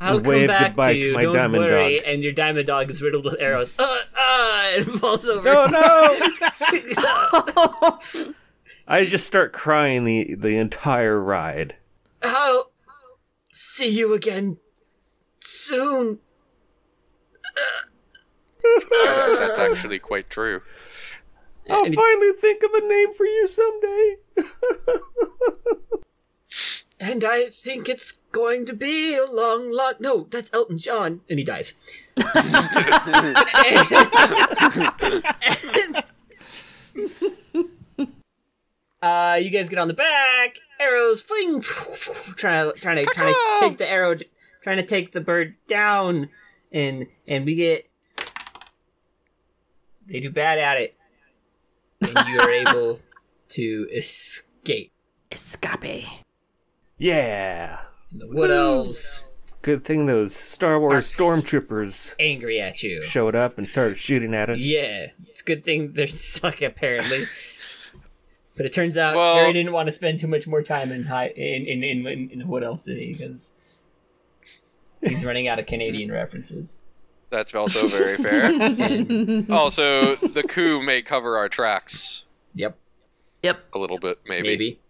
[SPEAKER 2] I'll come
[SPEAKER 5] wave
[SPEAKER 2] back
[SPEAKER 5] goodbye
[SPEAKER 2] to
[SPEAKER 5] to
[SPEAKER 2] you.
[SPEAKER 5] my
[SPEAKER 2] Don't
[SPEAKER 5] diamond
[SPEAKER 2] worry.
[SPEAKER 5] dog.
[SPEAKER 2] And your diamond dog is riddled with arrows. Uh, uh, it falls over.
[SPEAKER 5] oh no! I just start crying the the entire ride.
[SPEAKER 2] I'll see you again soon.
[SPEAKER 6] That- That's actually quite true.
[SPEAKER 5] I'll
[SPEAKER 2] And-
[SPEAKER 5] finally think of a name for you someday.
[SPEAKER 2] And I think it's going to be a long, long. No, that's Elton John. And he dies. uh, you guys get on the back. Arrows fling. Trying to, trying to, trying to take the arrow, trying to take the bird down. And, and we get. They do bad at it. And you are able to escape.
[SPEAKER 4] Escape.
[SPEAKER 5] Yeah.
[SPEAKER 2] And the wood elves
[SPEAKER 5] Good thing those Star Wars stormtroopers
[SPEAKER 2] angry at you.
[SPEAKER 5] showed up and started shooting at us.
[SPEAKER 2] Yeah, it's a good thing they suck apparently. but it turns out
[SPEAKER 6] Well-
[SPEAKER 2] Harry didn't want to spend too much more time in high in in in, in, in what else did he? Because he's running out of Canadian references.
[SPEAKER 6] That's also very fair. also, the coup may cover our tracks
[SPEAKER 2] Yep,
[SPEAKER 4] Yep.
[SPEAKER 6] a little bit, maybe.
[SPEAKER 2] maybe.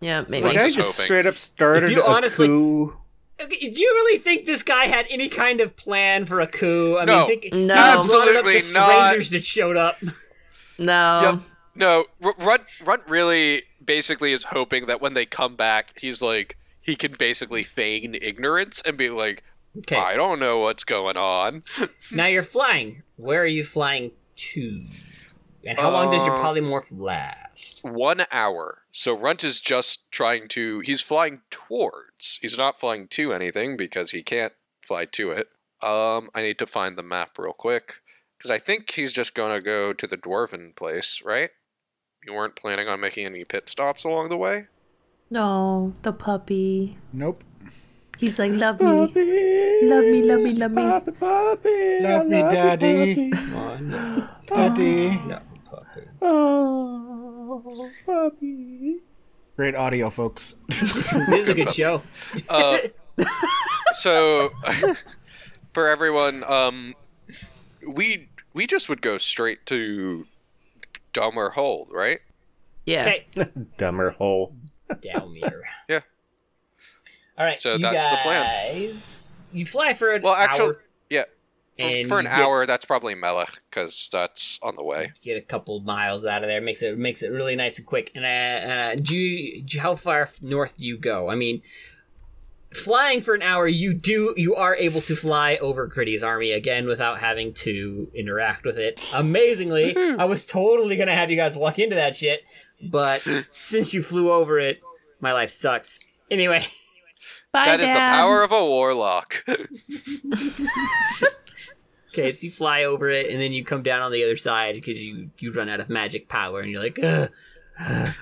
[SPEAKER 4] Yeah,
[SPEAKER 5] The
[SPEAKER 4] maybe.
[SPEAKER 5] guy
[SPEAKER 6] just
[SPEAKER 5] just
[SPEAKER 6] hoping.
[SPEAKER 5] straight up started
[SPEAKER 2] If you
[SPEAKER 5] a
[SPEAKER 2] honestly-
[SPEAKER 5] coup.
[SPEAKER 2] Okay, do you really think this guy had any kind of plan for a coup? I
[SPEAKER 6] No.
[SPEAKER 2] mean, think,
[SPEAKER 4] No.
[SPEAKER 2] he just brought it up
[SPEAKER 6] Absolutely
[SPEAKER 2] to
[SPEAKER 6] not.
[SPEAKER 2] strangers that showed up.
[SPEAKER 4] No.
[SPEAKER 6] Yep.
[SPEAKER 2] Um,
[SPEAKER 6] No, R- Runt, Runt really basically is hoping that when they come back, he's like, he can basically feign ignorance and be like,
[SPEAKER 2] Okay.
[SPEAKER 6] I don't know what's going on.
[SPEAKER 2] Now you're flying. Where are you flying to? And how long does your
[SPEAKER 6] Uh,
[SPEAKER 2] polymorph last?
[SPEAKER 6] One hour. So Runt is just trying to, he's flying towards. He's not flying to anything because he can't fly to it. Um, I need to find the map real quick because I think he's just going to go to the Dwarven place, right? You weren't planning on making any pit stops along the way?
[SPEAKER 4] No, the puppy.
[SPEAKER 3] Nope.
[SPEAKER 4] He's like, love me. Love me, love me, love me.
[SPEAKER 5] Puppy, puppy,
[SPEAKER 3] Love
[SPEAKER 5] I
[SPEAKER 3] me,
[SPEAKER 5] you,
[SPEAKER 3] daddy.
[SPEAKER 5] puppy.
[SPEAKER 3] Daddy.
[SPEAKER 2] No, puppy.
[SPEAKER 5] Oh, puppy.
[SPEAKER 3] Great audio, folks.
[SPEAKER 2] This is a good show.
[SPEAKER 6] Uh, so for everyone, um, we we just would go straight to Dumber Hold, right?
[SPEAKER 4] Yeah.
[SPEAKER 2] Okay.
[SPEAKER 5] Dumber hole.
[SPEAKER 2] Down here.
[SPEAKER 6] Yeah.
[SPEAKER 2] All right.
[SPEAKER 6] So
[SPEAKER 2] you
[SPEAKER 6] that's the plan.
[SPEAKER 2] guys- You fly for an
[SPEAKER 6] Well, actually,
[SPEAKER 2] hour.
[SPEAKER 6] yeah. For,
[SPEAKER 2] And
[SPEAKER 6] for an
[SPEAKER 2] you get-
[SPEAKER 6] hour, that's probably Melech because that's on the way.
[SPEAKER 2] Get a couple miles out of there. Makes it makes it really nice and quick. And uh, uh, do, you, do you- how far f- north do you go? I mean, flying for an hour, you do you are able to fly over Gritty's army again without having to interact with it. Amazingly, I was totally gonna have you guys walk into that shit, but since you flew over it, my life sucks. Anyway.
[SPEAKER 4] Bye,
[SPEAKER 6] That is the
[SPEAKER 4] Dad.
[SPEAKER 6] power of a warlock.
[SPEAKER 2] Okay, so you fly over it, and then you come down on the other side because you you run out of magic power, and you're like, Ugh.
[SPEAKER 6] I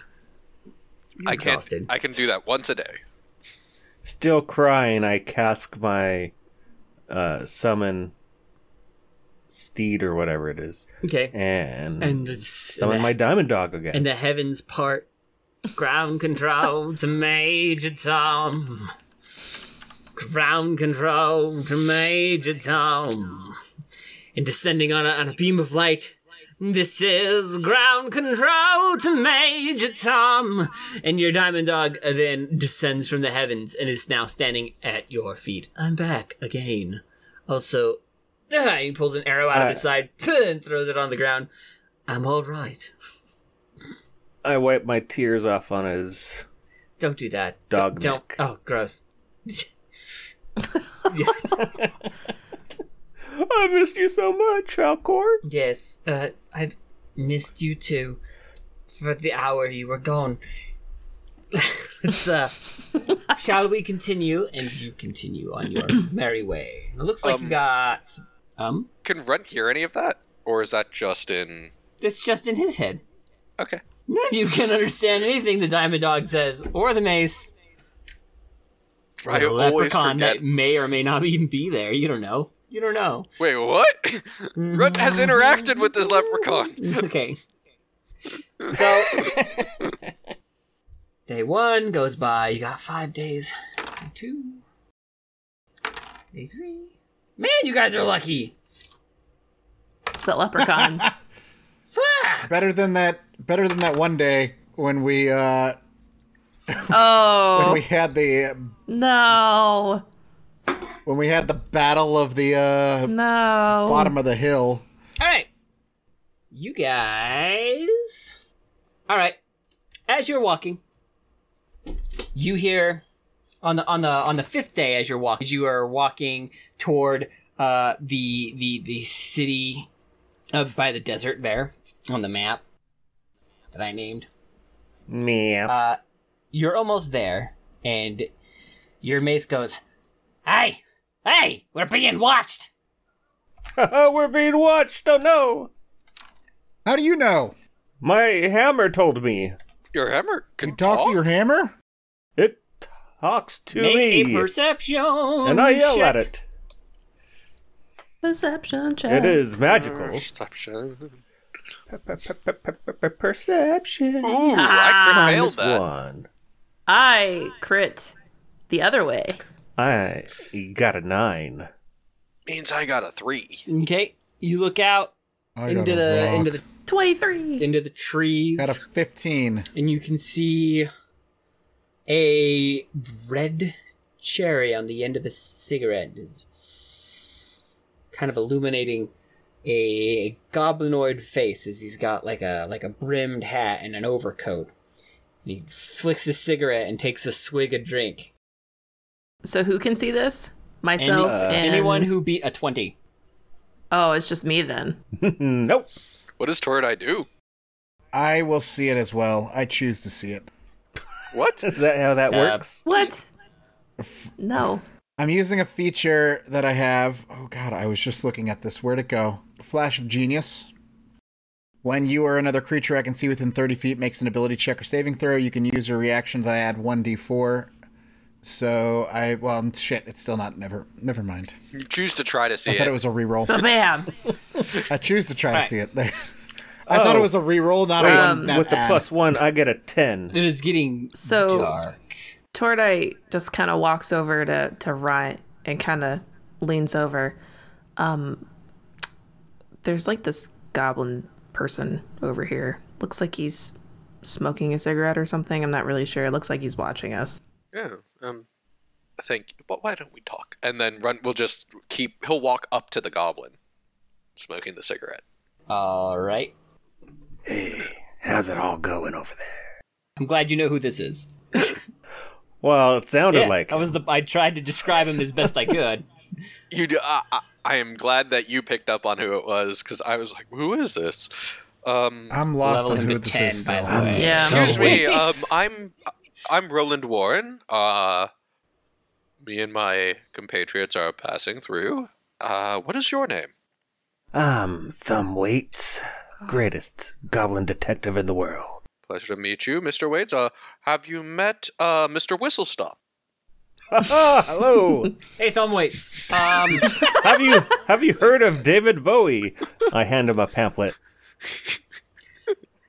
[SPEAKER 6] can't.
[SPEAKER 2] exhausted.
[SPEAKER 6] I can do that once a day.
[SPEAKER 5] Still crying, I cast my uh, summon steed or whatever it is,
[SPEAKER 2] okay,
[SPEAKER 5] and,
[SPEAKER 2] and it's,
[SPEAKER 5] summon
[SPEAKER 2] and the,
[SPEAKER 5] my diamond dog again.
[SPEAKER 2] and the heavens part, ground control to Major Tom, ground control to Major Tom, and descending on a, on a beam of light. This is ground control to Major Tom, and your diamond dog uh, then descends from the heavens and is now standing at your feet. I'm back again. Also, ah, he pulls an arrow out of his side and throws it on the ground. I'm all right.
[SPEAKER 5] I wipe my tears off on his.
[SPEAKER 2] Don't do that.
[SPEAKER 5] Dog
[SPEAKER 2] Don't.
[SPEAKER 5] neck.
[SPEAKER 2] Oh, gross.
[SPEAKER 5] I missed you so much, Falcor.
[SPEAKER 2] Yes, uh, I've missed you too. For the hour you were gone. Let's, uh, shall we continue? And you continue on your merry way. It looks like
[SPEAKER 6] Um,
[SPEAKER 2] you got. Um,
[SPEAKER 6] Can Runt hear any of that, or is that just in?
[SPEAKER 2] it's just in his head.
[SPEAKER 6] Okay.
[SPEAKER 2] None of you can understand anything the Diamond Dog says, or the Mace, or
[SPEAKER 6] I
[SPEAKER 2] the
[SPEAKER 6] always
[SPEAKER 2] Leprechaun
[SPEAKER 6] forget.
[SPEAKER 2] that may or may not even be there. You don't know. You don't know.
[SPEAKER 6] Wait, what? Runt has
[SPEAKER 2] Mm-hmm.
[SPEAKER 6] interacted with this leprechaun.
[SPEAKER 2] okay. So day one goes by. You got five days. Day two. Day three. Man, you guys are lucky.
[SPEAKER 4] It's that leprechaun.
[SPEAKER 2] Fuck.
[SPEAKER 3] better than that. Better than that one day when we uh, when
[SPEAKER 4] oh
[SPEAKER 3] we had the
[SPEAKER 4] no,
[SPEAKER 3] when we had the battle of the uh,
[SPEAKER 4] no.
[SPEAKER 3] bottom of the hill.
[SPEAKER 2] All right. You guys. All right. As you're walking, you hear on the on the on the fifth day as you're walking, as you are walking toward uh, the the the city uh, by the desert there on the map that I named.
[SPEAKER 5] Meow.
[SPEAKER 2] Uh, you're almost there, and your mace goes, "Hey, hey, we're being watched."
[SPEAKER 5] We're being watched. Oh no!
[SPEAKER 3] How do you know?
[SPEAKER 5] My hammer told me
[SPEAKER 6] Your hammer can
[SPEAKER 3] You talk to your hammer?
[SPEAKER 5] it talks to
[SPEAKER 2] Make a
[SPEAKER 5] me,
[SPEAKER 2] perception,
[SPEAKER 5] and I yell
[SPEAKER 2] check.
[SPEAKER 5] at it.
[SPEAKER 4] Perception
[SPEAKER 5] It
[SPEAKER 4] check.
[SPEAKER 5] is
[SPEAKER 6] Oh,
[SPEAKER 2] Oh,
[SPEAKER 5] magical.
[SPEAKER 6] Perception.
[SPEAKER 5] Perception.
[SPEAKER 2] Oh,
[SPEAKER 6] Ooh, I crit failed
[SPEAKER 5] Minus
[SPEAKER 2] uh.
[SPEAKER 6] that.
[SPEAKER 5] one.
[SPEAKER 4] I crit the other way.
[SPEAKER 5] I got a nine.
[SPEAKER 6] Means I got a three.
[SPEAKER 2] Okay, you look out
[SPEAKER 3] I got
[SPEAKER 2] into
[SPEAKER 3] a
[SPEAKER 2] the
[SPEAKER 3] rock.
[SPEAKER 2] into the
[SPEAKER 4] Twenty-three.
[SPEAKER 2] into the trees,
[SPEAKER 3] Got a 15.
[SPEAKER 2] and you can see a red cherry on the end of a cigarette, It's kind of illuminating a goblinoid face as he's got like a like a brimmed hat and an overcoat. And he flicks his cigarette and takes a swig of drink.
[SPEAKER 4] So who can see this?
[SPEAKER 2] Any- uh,
[SPEAKER 4] Myself and
[SPEAKER 2] anyone who beat a twenty.
[SPEAKER 4] Oh, it's just me then.
[SPEAKER 5] nope.
[SPEAKER 6] What does Toradai do?
[SPEAKER 3] I will see it as well. I choose to see it.
[SPEAKER 6] What?
[SPEAKER 5] Is that how that
[SPEAKER 2] Uh,
[SPEAKER 5] works?
[SPEAKER 4] What? No.
[SPEAKER 3] I'm using a feature that I have. Oh god, I was just looking at this. Where'd it go? Flash of Genius. When you or another creature I can see within 30 feet makes an ability check or saving throw, you can use your reaction to add 1d4. So I well shit, it's still not never never mind.
[SPEAKER 6] You choose to try to see
[SPEAKER 3] I thought
[SPEAKER 6] it.
[SPEAKER 3] it was a reroll.
[SPEAKER 4] Bam.
[SPEAKER 3] I choose to try to see it. There. I thought it
[SPEAKER 5] Oh.
[SPEAKER 3] was a reroll, not a
[SPEAKER 2] Um,
[SPEAKER 3] one. not
[SPEAKER 5] Um, With the
[SPEAKER 3] add.
[SPEAKER 5] plus one, I get a ten.
[SPEAKER 8] It is getting
[SPEAKER 4] So-
[SPEAKER 8] dark.
[SPEAKER 4] Tordite just kind of walks over to to Runt and kind of leans over. Um, there's like this goblin person over here. Looks like he's smoking a cigarette or something. I'm not really sure. It looks like he's watching us.
[SPEAKER 6] Yeah. Um, I think. But why don't we talk? And then Runt will just keep. He'll walk up to the goblin, smoking the cigarette.
[SPEAKER 2] All right.
[SPEAKER 5] How's it all going over there?
[SPEAKER 2] I'm glad you know who this is.
[SPEAKER 5] Well, it sounded
[SPEAKER 2] Yeah,
[SPEAKER 5] like
[SPEAKER 2] I was the I tried to describe him as best I could.
[SPEAKER 6] You. Do, I, I, I am glad that you picked up on who it was because I was like, who is this? Um,
[SPEAKER 3] I'm lost
[SPEAKER 2] Level
[SPEAKER 3] on
[SPEAKER 2] him
[SPEAKER 3] who
[SPEAKER 2] to
[SPEAKER 3] this
[SPEAKER 2] 10,
[SPEAKER 3] is
[SPEAKER 2] by
[SPEAKER 3] still.
[SPEAKER 2] the way.
[SPEAKER 4] Yeah.
[SPEAKER 6] excuse me. Um,
[SPEAKER 2] Please.
[SPEAKER 6] I'm. I'm Roland Warren. Uh, me and my compatriots are passing through. Uh, what is your name?
[SPEAKER 5] I'm Thumbweights, Um, greatest goblin detective in the world.
[SPEAKER 6] Pleasure to meet you, Mr. Waits. Uh, have you met uh, Mr. Whistlestop?
[SPEAKER 5] Hello.
[SPEAKER 2] Hey, thumb weights. Um,
[SPEAKER 5] have you have you heard of David Bowie? I hand him a pamphlet.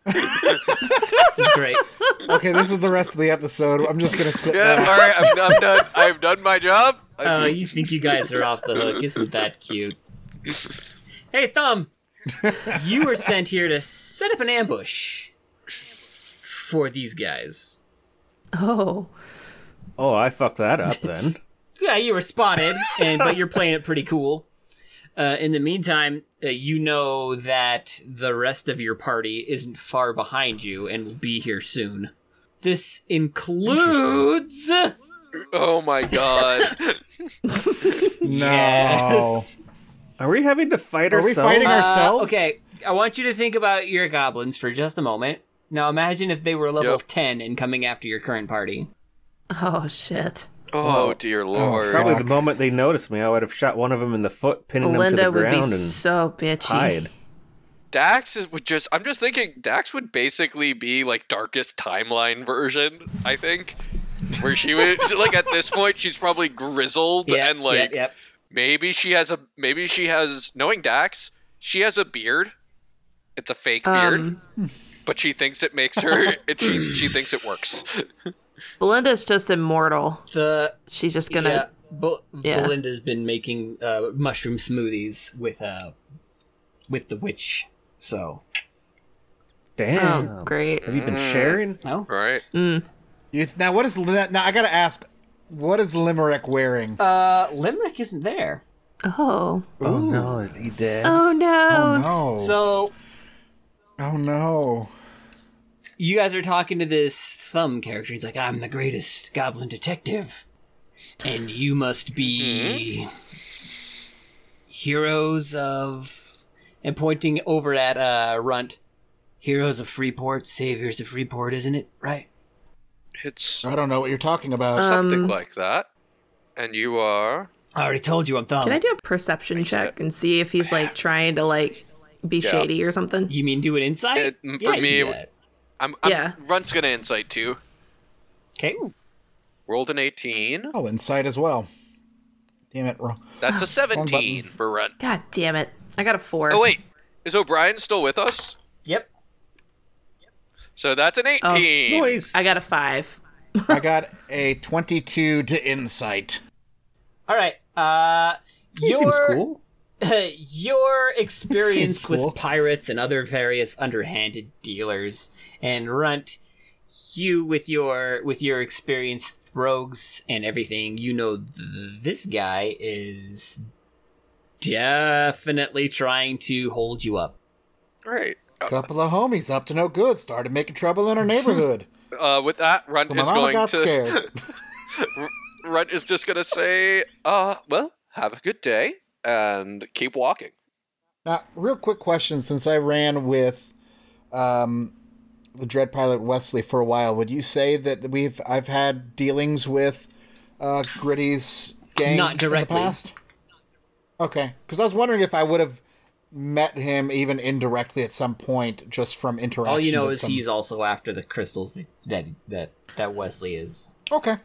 [SPEAKER 2] this is great.
[SPEAKER 3] Okay, this is the rest of the episode. I'm just gonna sit
[SPEAKER 6] Yeah, all
[SPEAKER 3] back.
[SPEAKER 6] right. I'm, I'm done. I've done my job. I've-
[SPEAKER 2] Oh, you think you guys are off the hook? Isn't that cute? Hey, Thumb, you were sent here to set up an ambush for these guys.
[SPEAKER 4] Oh,
[SPEAKER 5] Oh, I fucked that up then.
[SPEAKER 2] Yeah, you were spotted, and but you're playing it pretty cool. Uh, in the meantime, uh, you know that the rest of your party isn't far behind you and will be here soon. This includes.
[SPEAKER 6] Oh my god.
[SPEAKER 3] No.
[SPEAKER 2] Yes.
[SPEAKER 5] Are we having to fight
[SPEAKER 3] Are we
[SPEAKER 5] ourselves?
[SPEAKER 3] fighting
[SPEAKER 2] Uh,
[SPEAKER 3] ourselves?
[SPEAKER 2] okay, I want you to think about your goblins for just a moment. Now imagine if they were level
[SPEAKER 6] Yep.
[SPEAKER 2] 10 and coming after your current party.
[SPEAKER 4] oh shit.
[SPEAKER 6] Oh dear lord.
[SPEAKER 5] Probably
[SPEAKER 3] Fuck.
[SPEAKER 5] the moment they noticed me, I would have shot one of them in the foot, pinning
[SPEAKER 4] Belinda
[SPEAKER 5] them to the
[SPEAKER 4] would be
[SPEAKER 5] ground, and
[SPEAKER 4] so bitchy.
[SPEAKER 5] hide.
[SPEAKER 6] Dax is would just I'm just thinking Dax would basically be like darkest timeline version, I think. Where she would like at this point she's probably grizzled and like
[SPEAKER 2] yep, yep.
[SPEAKER 6] maybe she has a maybe she has knowing Dax, she has a beard. It's a fake beard.
[SPEAKER 4] Um,
[SPEAKER 6] But she thinks it makes her it, she she thinks it works.
[SPEAKER 4] Belinda's just immortal.
[SPEAKER 2] The
[SPEAKER 4] She's just gonna.
[SPEAKER 2] yeah, Bel-
[SPEAKER 4] yeah.
[SPEAKER 2] Belinda's been making uh, mushroom smoothies with uh with the witch. So,
[SPEAKER 5] Damn.
[SPEAKER 4] Oh, great.
[SPEAKER 5] Have you been sharing?
[SPEAKER 2] no.
[SPEAKER 6] Right.
[SPEAKER 3] You, now what is Lin- now? I gotta ask, what is Limerick wearing?
[SPEAKER 2] Uh Limerick isn't there.
[SPEAKER 4] Oh.
[SPEAKER 5] Oh no, is he dead?
[SPEAKER 4] Oh no.
[SPEAKER 3] no.
[SPEAKER 2] So,
[SPEAKER 3] oh no.
[SPEAKER 2] you guys are talking to this thumb character. He's like, "I'm the greatest goblin detective, and you must be heroes of." And pointing over at uh, Runt, heroes of Freeport, saviors of Freeport, isn't it? Right?
[SPEAKER 6] It's
[SPEAKER 3] I don't know what you're talking about.
[SPEAKER 2] Uh,
[SPEAKER 6] something like that. And you are
[SPEAKER 2] I already told you I'm thumb.
[SPEAKER 4] Can I do a perception check and see if he's like trying to like be shady or something?
[SPEAKER 2] you mean do an insight?
[SPEAKER 6] It- m- for me,
[SPEAKER 2] you
[SPEAKER 6] it-
[SPEAKER 2] bet.
[SPEAKER 6] I'm, I'm
[SPEAKER 4] Yeah.
[SPEAKER 6] Runt's gonna insight too.
[SPEAKER 2] Okay.
[SPEAKER 6] Rolled an eighteen.
[SPEAKER 3] oh, inside as well. Damn it, wrong.
[SPEAKER 6] That's a seventeen for Runt.
[SPEAKER 4] God damn it. I got a four.
[SPEAKER 6] Oh wait, is O'Brien still with us?
[SPEAKER 2] Yep.
[SPEAKER 6] So that's an eighteen.
[SPEAKER 5] Noise.
[SPEAKER 4] I got a five.
[SPEAKER 3] I got a 22 to insight.
[SPEAKER 2] All right. Uh,
[SPEAKER 5] He
[SPEAKER 2] your
[SPEAKER 5] seems cool.
[SPEAKER 2] your experience
[SPEAKER 3] Seems cool.
[SPEAKER 2] with pirates and other various underhanded dealers and runt you with your with your experience with rogues and everything you know th- this guy is definitely trying to hold you up.
[SPEAKER 6] Right.
[SPEAKER 3] Couple of homies up to no good started making trouble in our neighborhood.
[SPEAKER 6] Uh, with that, Runt
[SPEAKER 3] So my
[SPEAKER 6] is
[SPEAKER 3] mama
[SPEAKER 6] going
[SPEAKER 3] got
[SPEAKER 6] to.
[SPEAKER 3] scared.
[SPEAKER 6] Runt is just going to say, uh, well, have a good day and keep walking.
[SPEAKER 3] Now, real quick question: Since I ran with um, the Dread Pilot Wesley for a while, would you say that we've I've had dealings with uh, Gritty's gang
[SPEAKER 2] Not directly.
[SPEAKER 3] in the past? Okay, because I was wondering if I would have met him even indirectly at some point just from interaction.
[SPEAKER 2] All you know
[SPEAKER 3] at
[SPEAKER 2] is
[SPEAKER 3] some-
[SPEAKER 2] he's also after the crystals that that that Wesley is.
[SPEAKER 3] okay.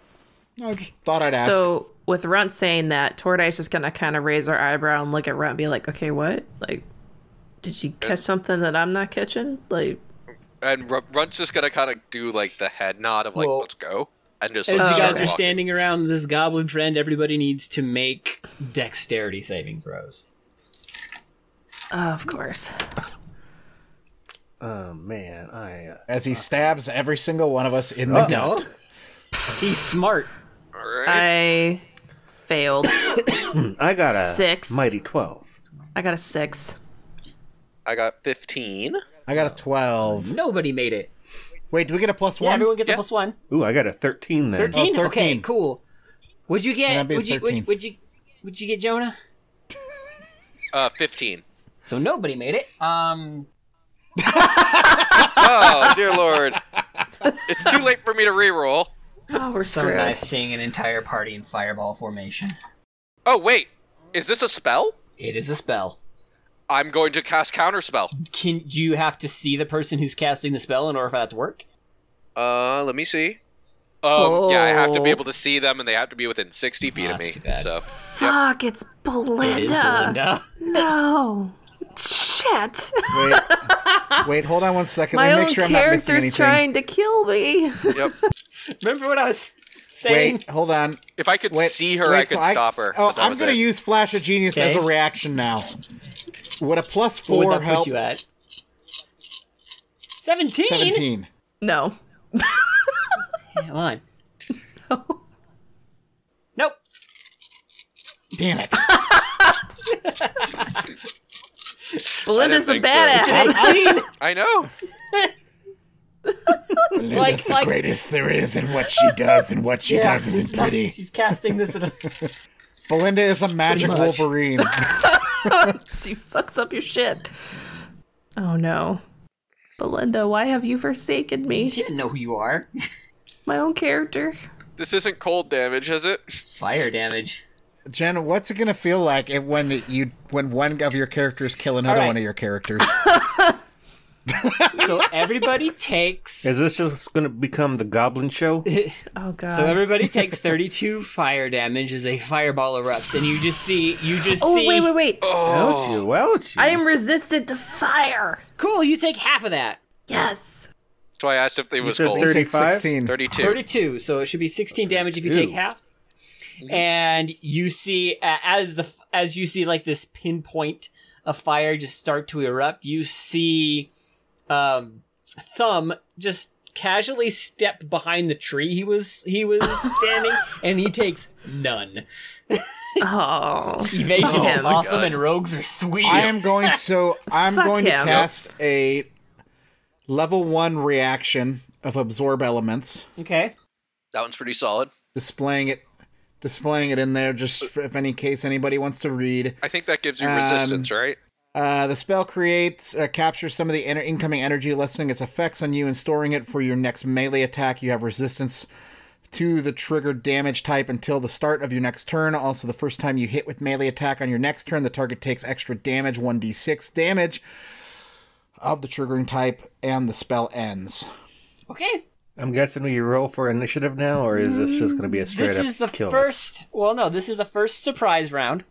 [SPEAKER 3] No, I just thought I'd ask.
[SPEAKER 4] So with Runt saying that, Tordice is gonna kind of raise her eyebrow and look at Runt, and be like, "Okay, what? Like, did she catch something that I'm not catching? Like,
[SPEAKER 6] And R- Runt's just going to kind of do like the head nod of like,
[SPEAKER 2] Well-
[SPEAKER 6] let's go. And just
[SPEAKER 2] As
[SPEAKER 6] like,
[SPEAKER 2] you
[SPEAKER 6] start
[SPEAKER 2] guys are
[SPEAKER 6] walking.
[SPEAKER 2] standing around this goblin friend, everybody needs to make dexterity saving throws.
[SPEAKER 4] of course.
[SPEAKER 5] Oh man, I uh,
[SPEAKER 3] As he stabs every single one of us in the gut.
[SPEAKER 2] Oh. No, he's smart.
[SPEAKER 4] I failed.
[SPEAKER 5] I got a
[SPEAKER 4] Six.
[SPEAKER 5] mighty twelve.
[SPEAKER 4] I got a six.
[SPEAKER 6] I got 15.
[SPEAKER 3] I got a twelve.
[SPEAKER 2] Nobody made it.
[SPEAKER 3] Wait, do we get a plus
[SPEAKER 2] Yeah,
[SPEAKER 3] one?
[SPEAKER 2] everyone gets
[SPEAKER 6] Yeah.
[SPEAKER 2] a plus one.
[SPEAKER 5] Ooh, I got a thirteen then.
[SPEAKER 2] 13?
[SPEAKER 3] Oh,
[SPEAKER 2] Okay,
[SPEAKER 3] 13.
[SPEAKER 2] cool. Would you
[SPEAKER 3] And
[SPEAKER 2] get?
[SPEAKER 3] I'd be
[SPEAKER 2] Would you, would,
[SPEAKER 3] 13.
[SPEAKER 2] would you? Would you get Jonah?
[SPEAKER 6] Uh, 15.
[SPEAKER 2] So nobody made it. Um,
[SPEAKER 6] Oh, dear lord. It's too late for me to reroll.
[SPEAKER 4] Oh, we're
[SPEAKER 2] so
[SPEAKER 4] screwed.
[SPEAKER 2] nice seeing an entire party in fireball formation.
[SPEAKER 6] Oh, wait. Is this a spell?
[SPEAKER 2] It is a spell.
[SPEAKER 6] I'm going to cast counterspell.
[SPEAKER 2] Can do you have to see the person who's casting the spell in order for that to work?
[SPEAKER 6] Uh, let me see. Um, yeah, I have to be able to see them, and they have to be within sixty feet
[SPEAKER 2] Ah,
[SPEAKER 6] of
[SPEAKER 2] that's
[SPEAKER 6] me.
[SPEAKER 2] too bad.
[SPEAKER 6] So,
[SPEAKER 4] Fuck! It's Belinda.
[SPEAKER 2] It is Belinda.
[SPEAKER 4] No. Shit.
[SPEAKER 3] Wait, wait, hold on one second.
[SPEAKER 4] My
[SPEAKER 3] Let me
[SPEAKER 4] own
[SPEAKER 3] make sure I'm not missing
[SPEAKER 4] character's
[SPEAKER 3] anything.
[SPEAKER 4] trying to kill me.
[SPEAKER 6] yep.
[SPEAKER 2] Remember what I was saying?
[SPEAKER 3] Wait, hold on.
[SPEAKER 6] If I could
[SPEAKER 3] Wait,
[SPEAKER 6] see her,
[SPEAKER 3] wait,
[SPEAKER 6] I could
[SPEAKER 3] so
[SPEAKER 6] stop her.
[SPEAKER 3] Oh,
[SPEAKER 6] but that
[SPEAKER 3] I'm
[SPEAKER 6] was
[SPEAKER 3] gonna
[SPEAKER 6] it.
[SPEAKER 3] use Flash of Genius as a
[SPEAKER 2] Okay.
[SPEAKER 3] reaction now. Would a plus
[SPEAKER 2] What would
[SPEAKER 3] four
[SPEAKER 2] that
[SPEAKER 3] help?
[SPEAKER 2] put you at? 17?
[SPEAKER 3] Seventeen.
[SPEAKER 4] No.
[SPEAKER 2] Come on. Nope.
[SPEAKER 3] Damn it!
[SPEAKER 4] Belinda's a
[SPEAKER 6] think so.
[SPEAKER 4] badass.
[SPEAKER 6] I know.
[SPEAKER 3] Belinda's the
[SPEAKER 2] like-
[SPEAKER 3] greatest there is in what she does, and what she does isn't pretty.
[SPEAKER 2] She's casting this at a.
[SPEAKER 3] Belinda is a magic
[SPEAKER 2] much.
[SPEAKER 3] Wolverine.
[SPEAKER 4] she fucks up your shit. Oh no. Belinda, why have you forsaken me?
[SPEAKER 2] She doesn't know who you are.
[SPEAKER 4] My own character.
[SPEAKER 6] This isn't cold damage, is it?
[SPEAKER 2] Fire damage.
[SPEAKER 3] Jen, what's it gonna feel like if, when you when one of your characters kill another
[SPEAKER 2] All right.
[SPEAKER 3] one of your characters?
[SPEAKER 2] So everybody takes.
[SPEAKER 5] Oh, Is this just going to become the Goblin Show?
[SPEAKER 4] Oh god.
[SPEAKER 2] So everybody takes 32 fire damage as a fireball erupts, and you just see, you just
[SPEAKER 4] oh
[SPEAKER 2] see.
[SPEAKER 4] wait, wait, wait.
[SPEAKER 5] Ouch you, ouch you.
[SPEAKER 4] I am resistant to fire.
[SPEAKER 2] Cool, you take half of that.
[SPEAKER 4] Yes.
[SPEAKER 6] That's why I asked if they was
[SPEAKER 5] said
[SPEAKER 6] cold.
[SPEAKER 5] thirty-
[SPEAKER 3] Take
[SPEAKER 5] 35?
[SPEAKER 3] sixteen.
[SPEAKER 6] Thirty-two.
[SPEAKER 2] 32 so it should be 16 damage if you take
[SPEAKER 5] 32.
[SPEAKER 2] half and you see uh, as the as you see like this pinpoint of fire just start to erupt you see um thumb just casually step behind the tree he was he was standing and he takes none
[SPEAKER 4] Oh.
[SPEAKER 2] evasion
[SPEAKER 4] Oh
[SPEAKER 2] is
[SPEAKER 4] my
[SPEAKER 2] awesome
[SPEAKER 6] God.
[SPEAKER 2] and rogues are sweet
[SPEAKER 3] I am going so I'm
[SPEAKER 4] Fuck
[SPEAKER 3] going
[SPEAKER 4] him.
[SPEAKER 3] to cast a level one reaction of absorb elements,
[SPEAKER 2] okay
[SPEAKER 6] That one's pretty solid.
[SPEAKER 3] displaying it displaying it in there just for, if any case anybody wants to read.
[SPEAKER 6] I think that gives you
[SPEAKER 3] Um,
[SPEAKER 6] resistance, right?
[SPEAKER 3] Uh, the spell creates uh, captures some of the ener- incoming energy, lessening its effects on you, and storing it for your next melee attack. You have resistance to the triggered damage type until the start of your next turn. Also, the first time you hit with melee attack on your next turn, the target takes extra damage, one d6 damage of the triggering type, and the spell ends.
[SPEAKER 2] okay
[SPEAKER 5] I'm guessing we roll for initiative now, or is this just going to be a straight
[SPEAKER 2] this
[SPEAKER 5] up
[SPEAKER 2] is the
[SPEAKER 5] kill us?
[SPEAKER 2] first well no this is the first surprise round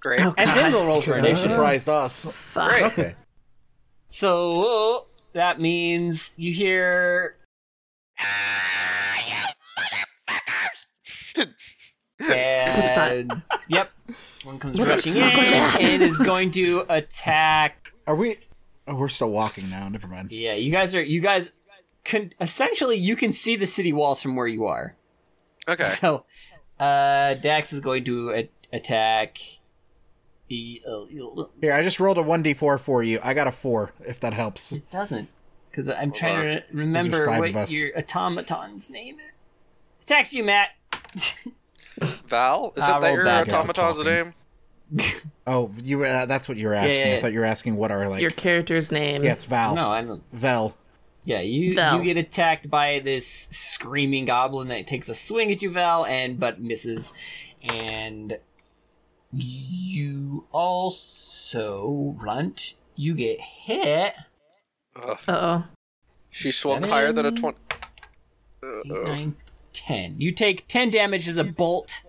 [SPEAKER 6] Great.
[SPEAKER 2] and then we'll roll for
[SPEAKER 3] Because
[SPEAKER 2] initiative.
[SPEAKER 3] they surprised us.
[SPEAKER 4] Fuck.
[SPEAKER 6] Great.
[SPEAKER 5] Okay.
[SPEAKER 2] So that means you hear. And yep, one comes rushing in and is going to attack.
[SPEAKER 3] Are we? Oh, we're still walking now. Never mind.
[SPEAKER 2] Yeah, you guys are you guys can essentially you can see the city walls from where you are.
[SPEAKER 6] Okay.
[SPEAKER 2] So, uh, Dax is going to a- attack E L E.
[SPEAKER 3] Here, I just rolled a 1d4 for you. I got a 4, if that helps.
[SPEAKER 2] It doesn't, because I'm trying to remember
[SPEAKER 3] There's five of
[SPEAKER 2] what
[SPEAKER 3] us.
[SPEAKER 2] your automaton's name is. It's actually Matt.
[SPEAKER 6] Val, is
[SPEAKER 2] I
[SPEAKER 6] it that
[SPEAKER 2] rolled
[SPEAKER 6] your
[SPEAKER 2] back
[SPEAKER 3] out
[SPEAKER 6] automaton's
[SPEAKER 3] talking.
[SPEAKER 6] name?
[SPEAKER 3] Oh, you uh, that's what you were asking.
[SPEAKER 2] yeah, yeah.
[SPEAKER 3] I thought you were asking what are like.
[SPEAKER 4] Your character's name.
[SPEAKER 3] yeah, it's Val.
[SPEAKER 2] No, I don't.
[SPEAKER 3] Vel.
[SPEAKER 2] Yeah, you
[SPEAKER 4] Val.
[SPEAKER 2] you get attacked by this screaming goblin that takes a swing at you, Val, and but misses, and you also runt. You get hit.
[SPEAKER 6] Ugh,
[SPEAKER 4] Uh oh.
[SPEAKER 6] she swung higher than a twenty.
[SPEAKER 2] Eight, nine, ten. You take ten damage as a bolt.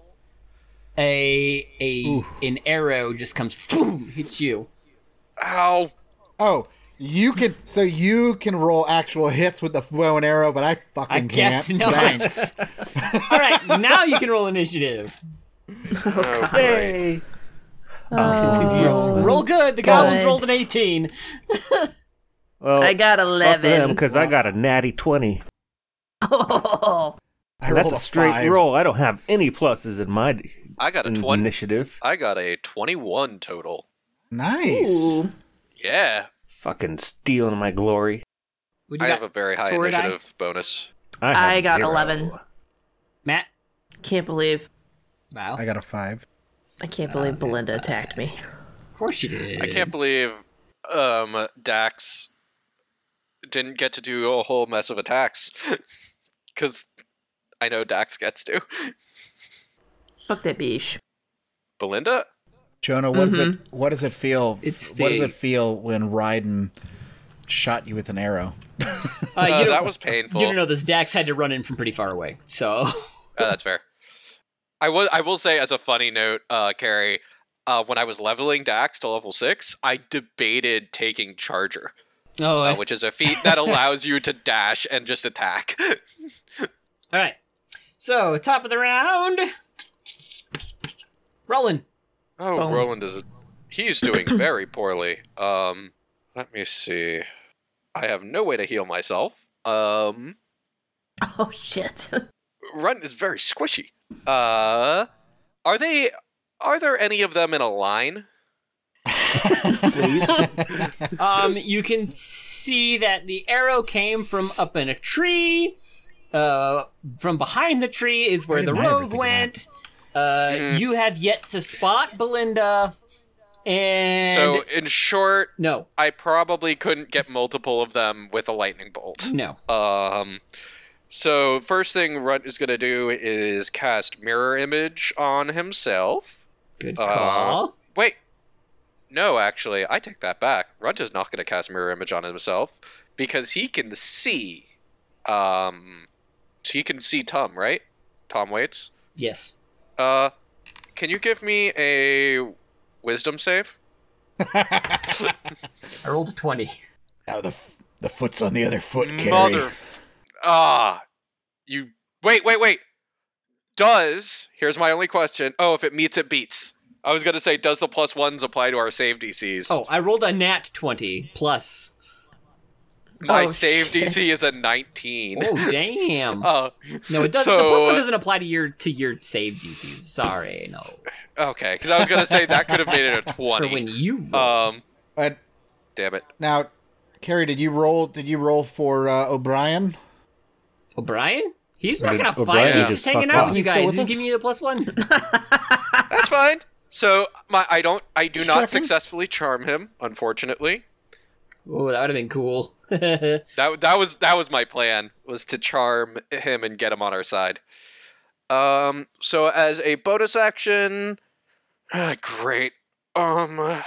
[SPEAKER 2] A a an arrow just comes, boom, hits you.
[SPEAKER 6] Ow!
[SPEAKER 3] Oh, you can. So you can roll actual hits with the bow and arrow, but I fucking
[SPEAKER 2] I
[SPEAKER 3] can't.
[SPEAKER 2] guess
[SPEAKER 3] Thanks.
[SPEAKER 2] not. All right, now you can roll initiative.
[SPEAKER 6] Oh, great.
[SPEAKER 5] Hey,
[SPEAKER 2] Roll good. The goblins rolled an eighteen.
[SPEAKER 3] Oh,
[SPEAKER 5] well,
[SPEAKER 4] I got
[SPEAKER 5] them
[SPEAKER 4] 11.
[SPEAKER 5] because I got a natty twenty.
[SPEAKER 4] Oh,
[SPEAKER 3] I
[SPEAKER 5] That's
[SPEAKER 3] rolled
[SPEAKER 5] a straight
[SPEAKER 3] five.
[SPEAKER 5] roll. I don't have any pluses in my
[SPEAKER 6] I got a
[SPEAKER 5] in-
[SPEAKER 6] twenty.
[SPEAKER 5] initiative.
[SPEAKER 6] I got a twenty-one total.
[SPEAKER 3] Nice.
[SPEAKER 4] Ooh.
[SPEAKER 6] Yeah,
[SPEAKER 5] Fucking stealing my glory.
[SPEAKER 2] What do
[SPEAKER 6] I
[SPEAKER 2] you
[SPEAKER 6] have
[SPEAKER 2] got,
[SPEAKER 6] a very high
[SPEAKER 2] Toradai?
[SPEAKER 6] initiative bonus.
[SPEAKER 5] I, have
[SPEAKER 4] I got
[SPEAKER 5] zero.
[SPEAKER 4] 11.
[SPEAKER 2] Matt.
[SPEAKER 4] Can't believe.
[SPEAKER 2] Val.
[SPEAKER 3] I got a five.
[SPEAKER 4] I can't believe Belinda attacked me.
[SPEAKER 2] Of course you did.
[SPEAKER 6] I can't believe um, Dax didn't get to do a whole mess of attacks because I know Dax gets to.
[SPEAKER 4] Fuck that beesh.
[SPEAKER 6] Belinda,
[SPEAKER 3] Jonah, what does it? What does it feel?
[SPEAKER 2] Mm-hmm. It's
[SPEAKER 3] what does
[SPEAKER 2] the-
[SPEAKER 3] it feel when Ryden shot you with an arrow?
[SPEAKER 2] Uh, you
[SPEAKER 6] Oh,
[SPEAKER 2] don't-
[SPEAKER 6] that was painful.
[SPEAKER 7] You don't know this. Dax had to run in from pretty far away, so
[SPEAKER 6] Oh, that's fair. I will. I will say as a funny note, uh, Carrie, uh, when I was leveling Dax to level six, I debated taking Charger,
[SPEAKER 2] oh,
[SPEAKER 6] uh, which is a feat that allows you to dash and just attack.
[SPEAKER 2] all right. So top of the round, Roland.
[SPEAKER 6] Oh, Roland is. He's doing very poorly. Um, let me see. I have no way to heal myself. Um,
[SPEAKER 4] Oh, shit.
[SPEAKER 6] Run is very squishy. Uh, are they? Are there any of them in a line?
[SPEAKER 2] Um, you can see that the arrow came from up in a tree. Uh, from behind the tree is where the
[SPEAKER 3] didn't have
[SPEAKER 2] rogue
[SPEAKER 3] everything
[SPEAKER 2] went. Uh,
[SPEAKER 6] Mm-hmm.
[SPEAKER 2] you have yet to spot Belinda, and
[SPEAKER 6] so, in short,
[SPEAKER 2] no,
[SPEAKER 6] I probably couldn't get multiple of them with a lightning bolt.
[SPEAKER 2] no.
[SPEAKER 6] Um, so first thing Runt is gonna do is cast mirror image on himself.
[SPEAKER 2] Good
[SPEAKER 6] Uh,
[SPEAKER 2] call.
[SPEAKER 6] Wait, no, actually, I take that back. Runt is not gonna cast mirror image on himself because he can see. Um, he can see Tom, right? Tom waits.
[SPEAKER 2] yes.
[SPEAKER 6] Uh, can you give me a wisdom save?
[SPEAKER 2] I rolled a twenty.
[SPEAKER 3] Now the f- the foot's on the other foot. Carrie.
[SPEAKER 6] Mother. Ah. You. Wait, wait, wait. Does. Here's my only question. Oh, if it meets, it beats. I was going to say, does the plus ones apply to our save DCs?
[SPEAKER 2] Oh, I rolled a nat twenty plus.
[SPEAKER 6] my
[SPEAKER 4] oh,
[SPEAKER 6] save
[SPEAKER 4] shit.
[SPEAKER 6] DC is a 19.
[SPEAKER 2] Oh damn!
[SPEAKER 6] Uh,
[SPEAKER 2] no, it doesn't. the
[SPEAKER 6] so-
[SPEAKER 2] plus one doesn't apply to your to your save DCs. Sorry, no.
[SPEAKER 6] okay, because I was going to say that could have made it a
[SPEAKER 2] It's for when
[SPEAKER 6] 20.
[SPEAKER 2] you roll.
[SPEAKER 6] Um,
[SPEAKER 3] But
[SPEAKER 6] damn it.
[SPEAKER 3] now, Carrie, did you roll? Did you roll for uh, O'Brien?
[SPEAKER 6] Uh,
[SPEAKER 2] O'Brien, he's not
[SPEAKER 5] But
[SPEAKER 2] gonna fight.
[SPEAKER 5] O'Brien
[SPEAKER 2] He's
[SPEAKER 6] just
[SPEAKER 2] just hanging
[SPEAKER 5] fucked
[SPEAKER 2] out
[SPEAKER 5] off.
[SPEAKER 2] with you
[SPEAKER 3] He's still
[SPEAKER 2] guys.
[SPEAKER 3] with
[SPEAKER 2] He's
[SPEAKER 3] us?
[SPEAKER 2] giving you the plus one.
[SPEAKER 6] That's fine. So my I don't I do
[SPEAKER 3] Check him.
[SPEAKER 6] not successfully charm him, unfortunately.
[SPEAKER 2] Oh, that would have been cool. All
[SPEAKER 6] That that was that was my plan was to charm him and get him on our side. Um so as a bonus action ah, great. Um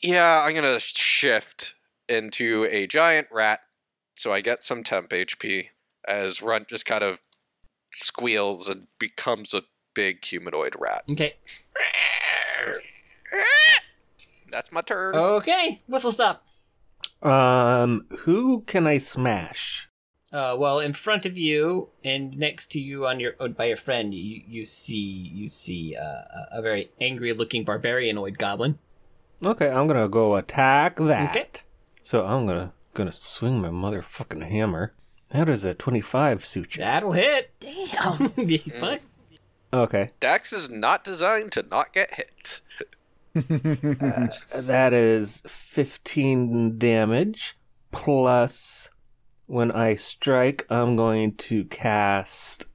[SPEAKER 6] yeah, I'm going to shift into a giant rat so I get some temp HP as Runt just kind of squeals and becomes a big humanoid rat.
[SPEAKER 2] Okay.
[SPEAKER 6] That's my turn.
[SPEAKER 5] Oh.
[SPEAKER 2] Okay. Whistle stop.
[SPEAKER 5] Um, who can I smash?
[SPEAKER 2] Uh, well, in front of you and next to you on your by your friend, you, you see you see uh, a- a very angry looking barbarianoid goblin.
[SPEAKER 5] Okay, I'm gonna go attack that.
[SPEAKER 2] Okay.
[SPEAKER 5] So I'm gonna gonna swing my motherfucking hammer. How does a 25 suit you?
[SPEAKER 2] That'll hit.
[SPEAKER 4] Damn.
[SPEAKER 2] Fuck.
[SPEAKER 5] Okay.
[SPEAKER 6] Dax is not designed to not get hit.
[SPEAKER 5] That is 15 damage. Plus, when I strike, I'm going to cast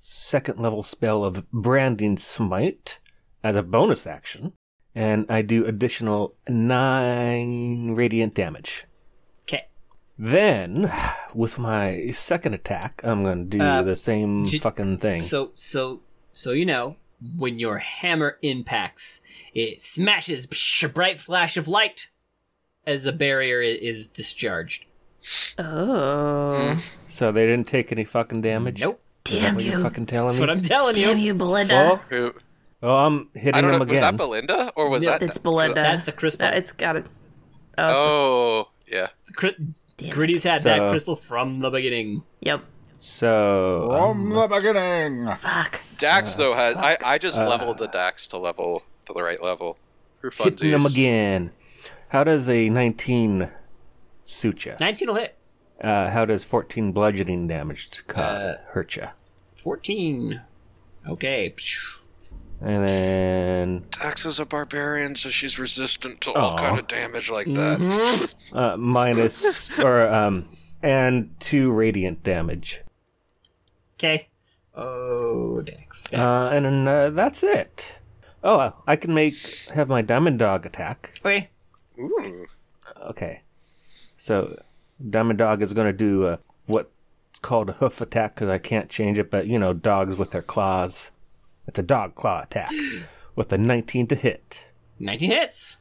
[SPEAKER 5] second level spell of Branding Smite as a bonus action. And I do additional 9 radiant damage.
[SPEAKER 2] Okay.
[SPEAKER 5] Then, with my second attack, I'm going to do
[SPEAKER 2] Uh,
[SPEAKER 5] the same
[SPEAKER 2] j-
[SPEAKER 5] fucking thing.
[SPEAKER 2] So so so you know when your hammer impacts, it smashes psh, a bright flash of light as the barrier i- is discharged.
[SPEAKER 4] Oh.
[SPEAKER 5] So they didn't take any fucking damage?
[SPEAKER 2] Nope,
[SPEAKER 5] Is that
[SPEAKER 4] Damn
[SPEAKER 5] what you're
[SPEAKER 4] you.
[SPEAKER 5] fucking telling
[SPEAKER 2] that's
[SPEAKER 5] me?
[SPEAKER 2] what I'm telling you.
[SPEAKER 4] Damn you, Belinda.
[SPEAKER 5] Well,
[SPEAKER 6] Who?
[SPEAKER 5] well, I'm Oh. hitting
[SPEAKER 6] I don't know.
[SPEAKER 5] them again.
[SPEAKER 6] Was that Belinda or was
[SPEAKER 2] Yeah,
[SPEAKER 6] that?
[SPEAKER 4] it's Belinda.
[SPEAKER 2] That's the crystal.
[SPEAKER 4] That- it's got it. Oh.
[SPEAKER 6] Oh, yeah.
[SPEAKER 2] Cri-
[SPEAKER 4] Damn it.
[SPEAKER 2] Gritty's had that
[SPEAKER 5] So-
[SPEAKER 2] crystal from the beginning.
[SPEAKER 4] Yep.
[SPEAKER 5] So
[SPEAKER 3] From
[SPEAKER 5] um,
[SPEAKER 3] the beginning.
[SPEAKER 4] Fuck.
[SPEAKER 6] Dax though has. I, I just leveled the Dax to level to the right level. For
[SPEAKER 5] hitting them
[SPEAKER 6] funsies.
[SPEAKER 5] again. How does a 19 suit ya?
[SPEAKER 2] Nineteen will hit.
[SPEAKER 5] Uh, how does 14 bludgeoning damage to ca- hurt ya?
[SPEAKER 2] Fourteen. Okay. Psh.
[SPEAKER 5] And then
[SPEAKER 6] Dax is a barbarian, so she's resistant to all
[SPEAKER 5] Aw.
[SPEAKER 6] kind of damage like that.
[SPEAKER 5] uh, minus or um and two radiant damage.
[SPEAKER 2] Okay. Oh, Dex. Dex.
[SPEAKER 5] Uh, and then, uh, that's it. Oh, uh, I can make have my diamond dog attack.
[SPEAKER 2] okay.
[SPEAKER 6] Ooh.
[SPEAKER 5] Okay, so diamond dog is gonna do uh, what's called a hoof attack because I can't change it. But you know, dogs with their claws. It's a dog claw attack with a 19 to hit
[SPEAKER 2] Nineteen hits.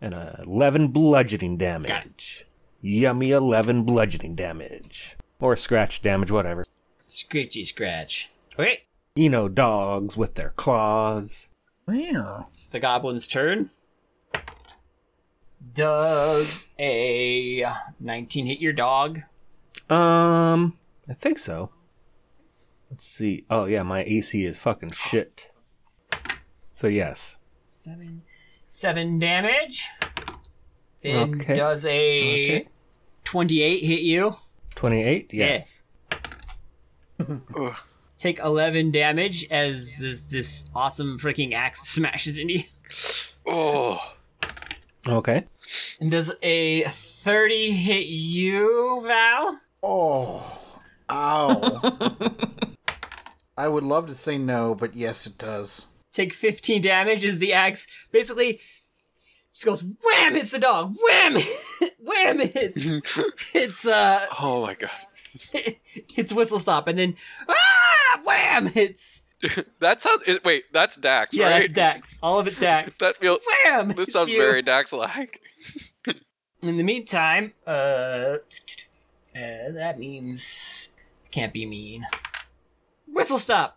[SPEAKER 5] and a 11 bludgeoning damage. Yummy 11 bludgeoning damage or scratch damage, whatever.
[SPEAKER 2] Scritchy scratch. Okay.
[SPEAKER 5] You know, dogs with their claws.
[SPEAKER 2] It's the goblin's turn. Does a 19 hit your dog?
[SPEAKER 5] Um, I think so. Let's see. Oh yeah, my AC is fucking shit. So yes.
[SPEAKER 2] Seven. Seven damage. Then
[SPEAKER 5] Okay.
[SPEAKER 2] does a
[SPEAKER 5] Okay.
[SPEAKER 2] 28 hit you?
[SPEAKER 5] 28? Yes.
[SPEAKER 6] Ugh.
[SPEAKER 2] Take 11 damage as this, this awesome freaking axe smashes into you.
[SPEAKER 6] Oh.
[SPEAKER 5] Okay.
[SPEAKER 2] And does a 30 hit you, Val?
[SPEAKER 3] Oh, ow. I would love to say no, but yes, it does.
[SPEAKER 2] take 15 damage as the axe basically just goes wham hits the dog wham wham hits it's uh
[SPEAKER 6] Oh my god.
[SPEAKER 2] hits whistle stop and then ah wham hits
[SPEAKER 6] That sounds. it- Wait, that's Dax,
[SPEAKER 2] yeah
[SPEAKER 6] right?
[SPEAKER 2] that's dax all of it dax
[SPEAKER 6] That feels.
[SPEAKER 2] wham
[SPEAKER 6] This
[SPEAKER 2] hits
[SPEAKER 6] sounds
[SPEAKER 2] you.
[SPEAKER 6] very Dax-like.
[SPEAKER 2] in the meantime uh, uh that means can't be mean whistle stop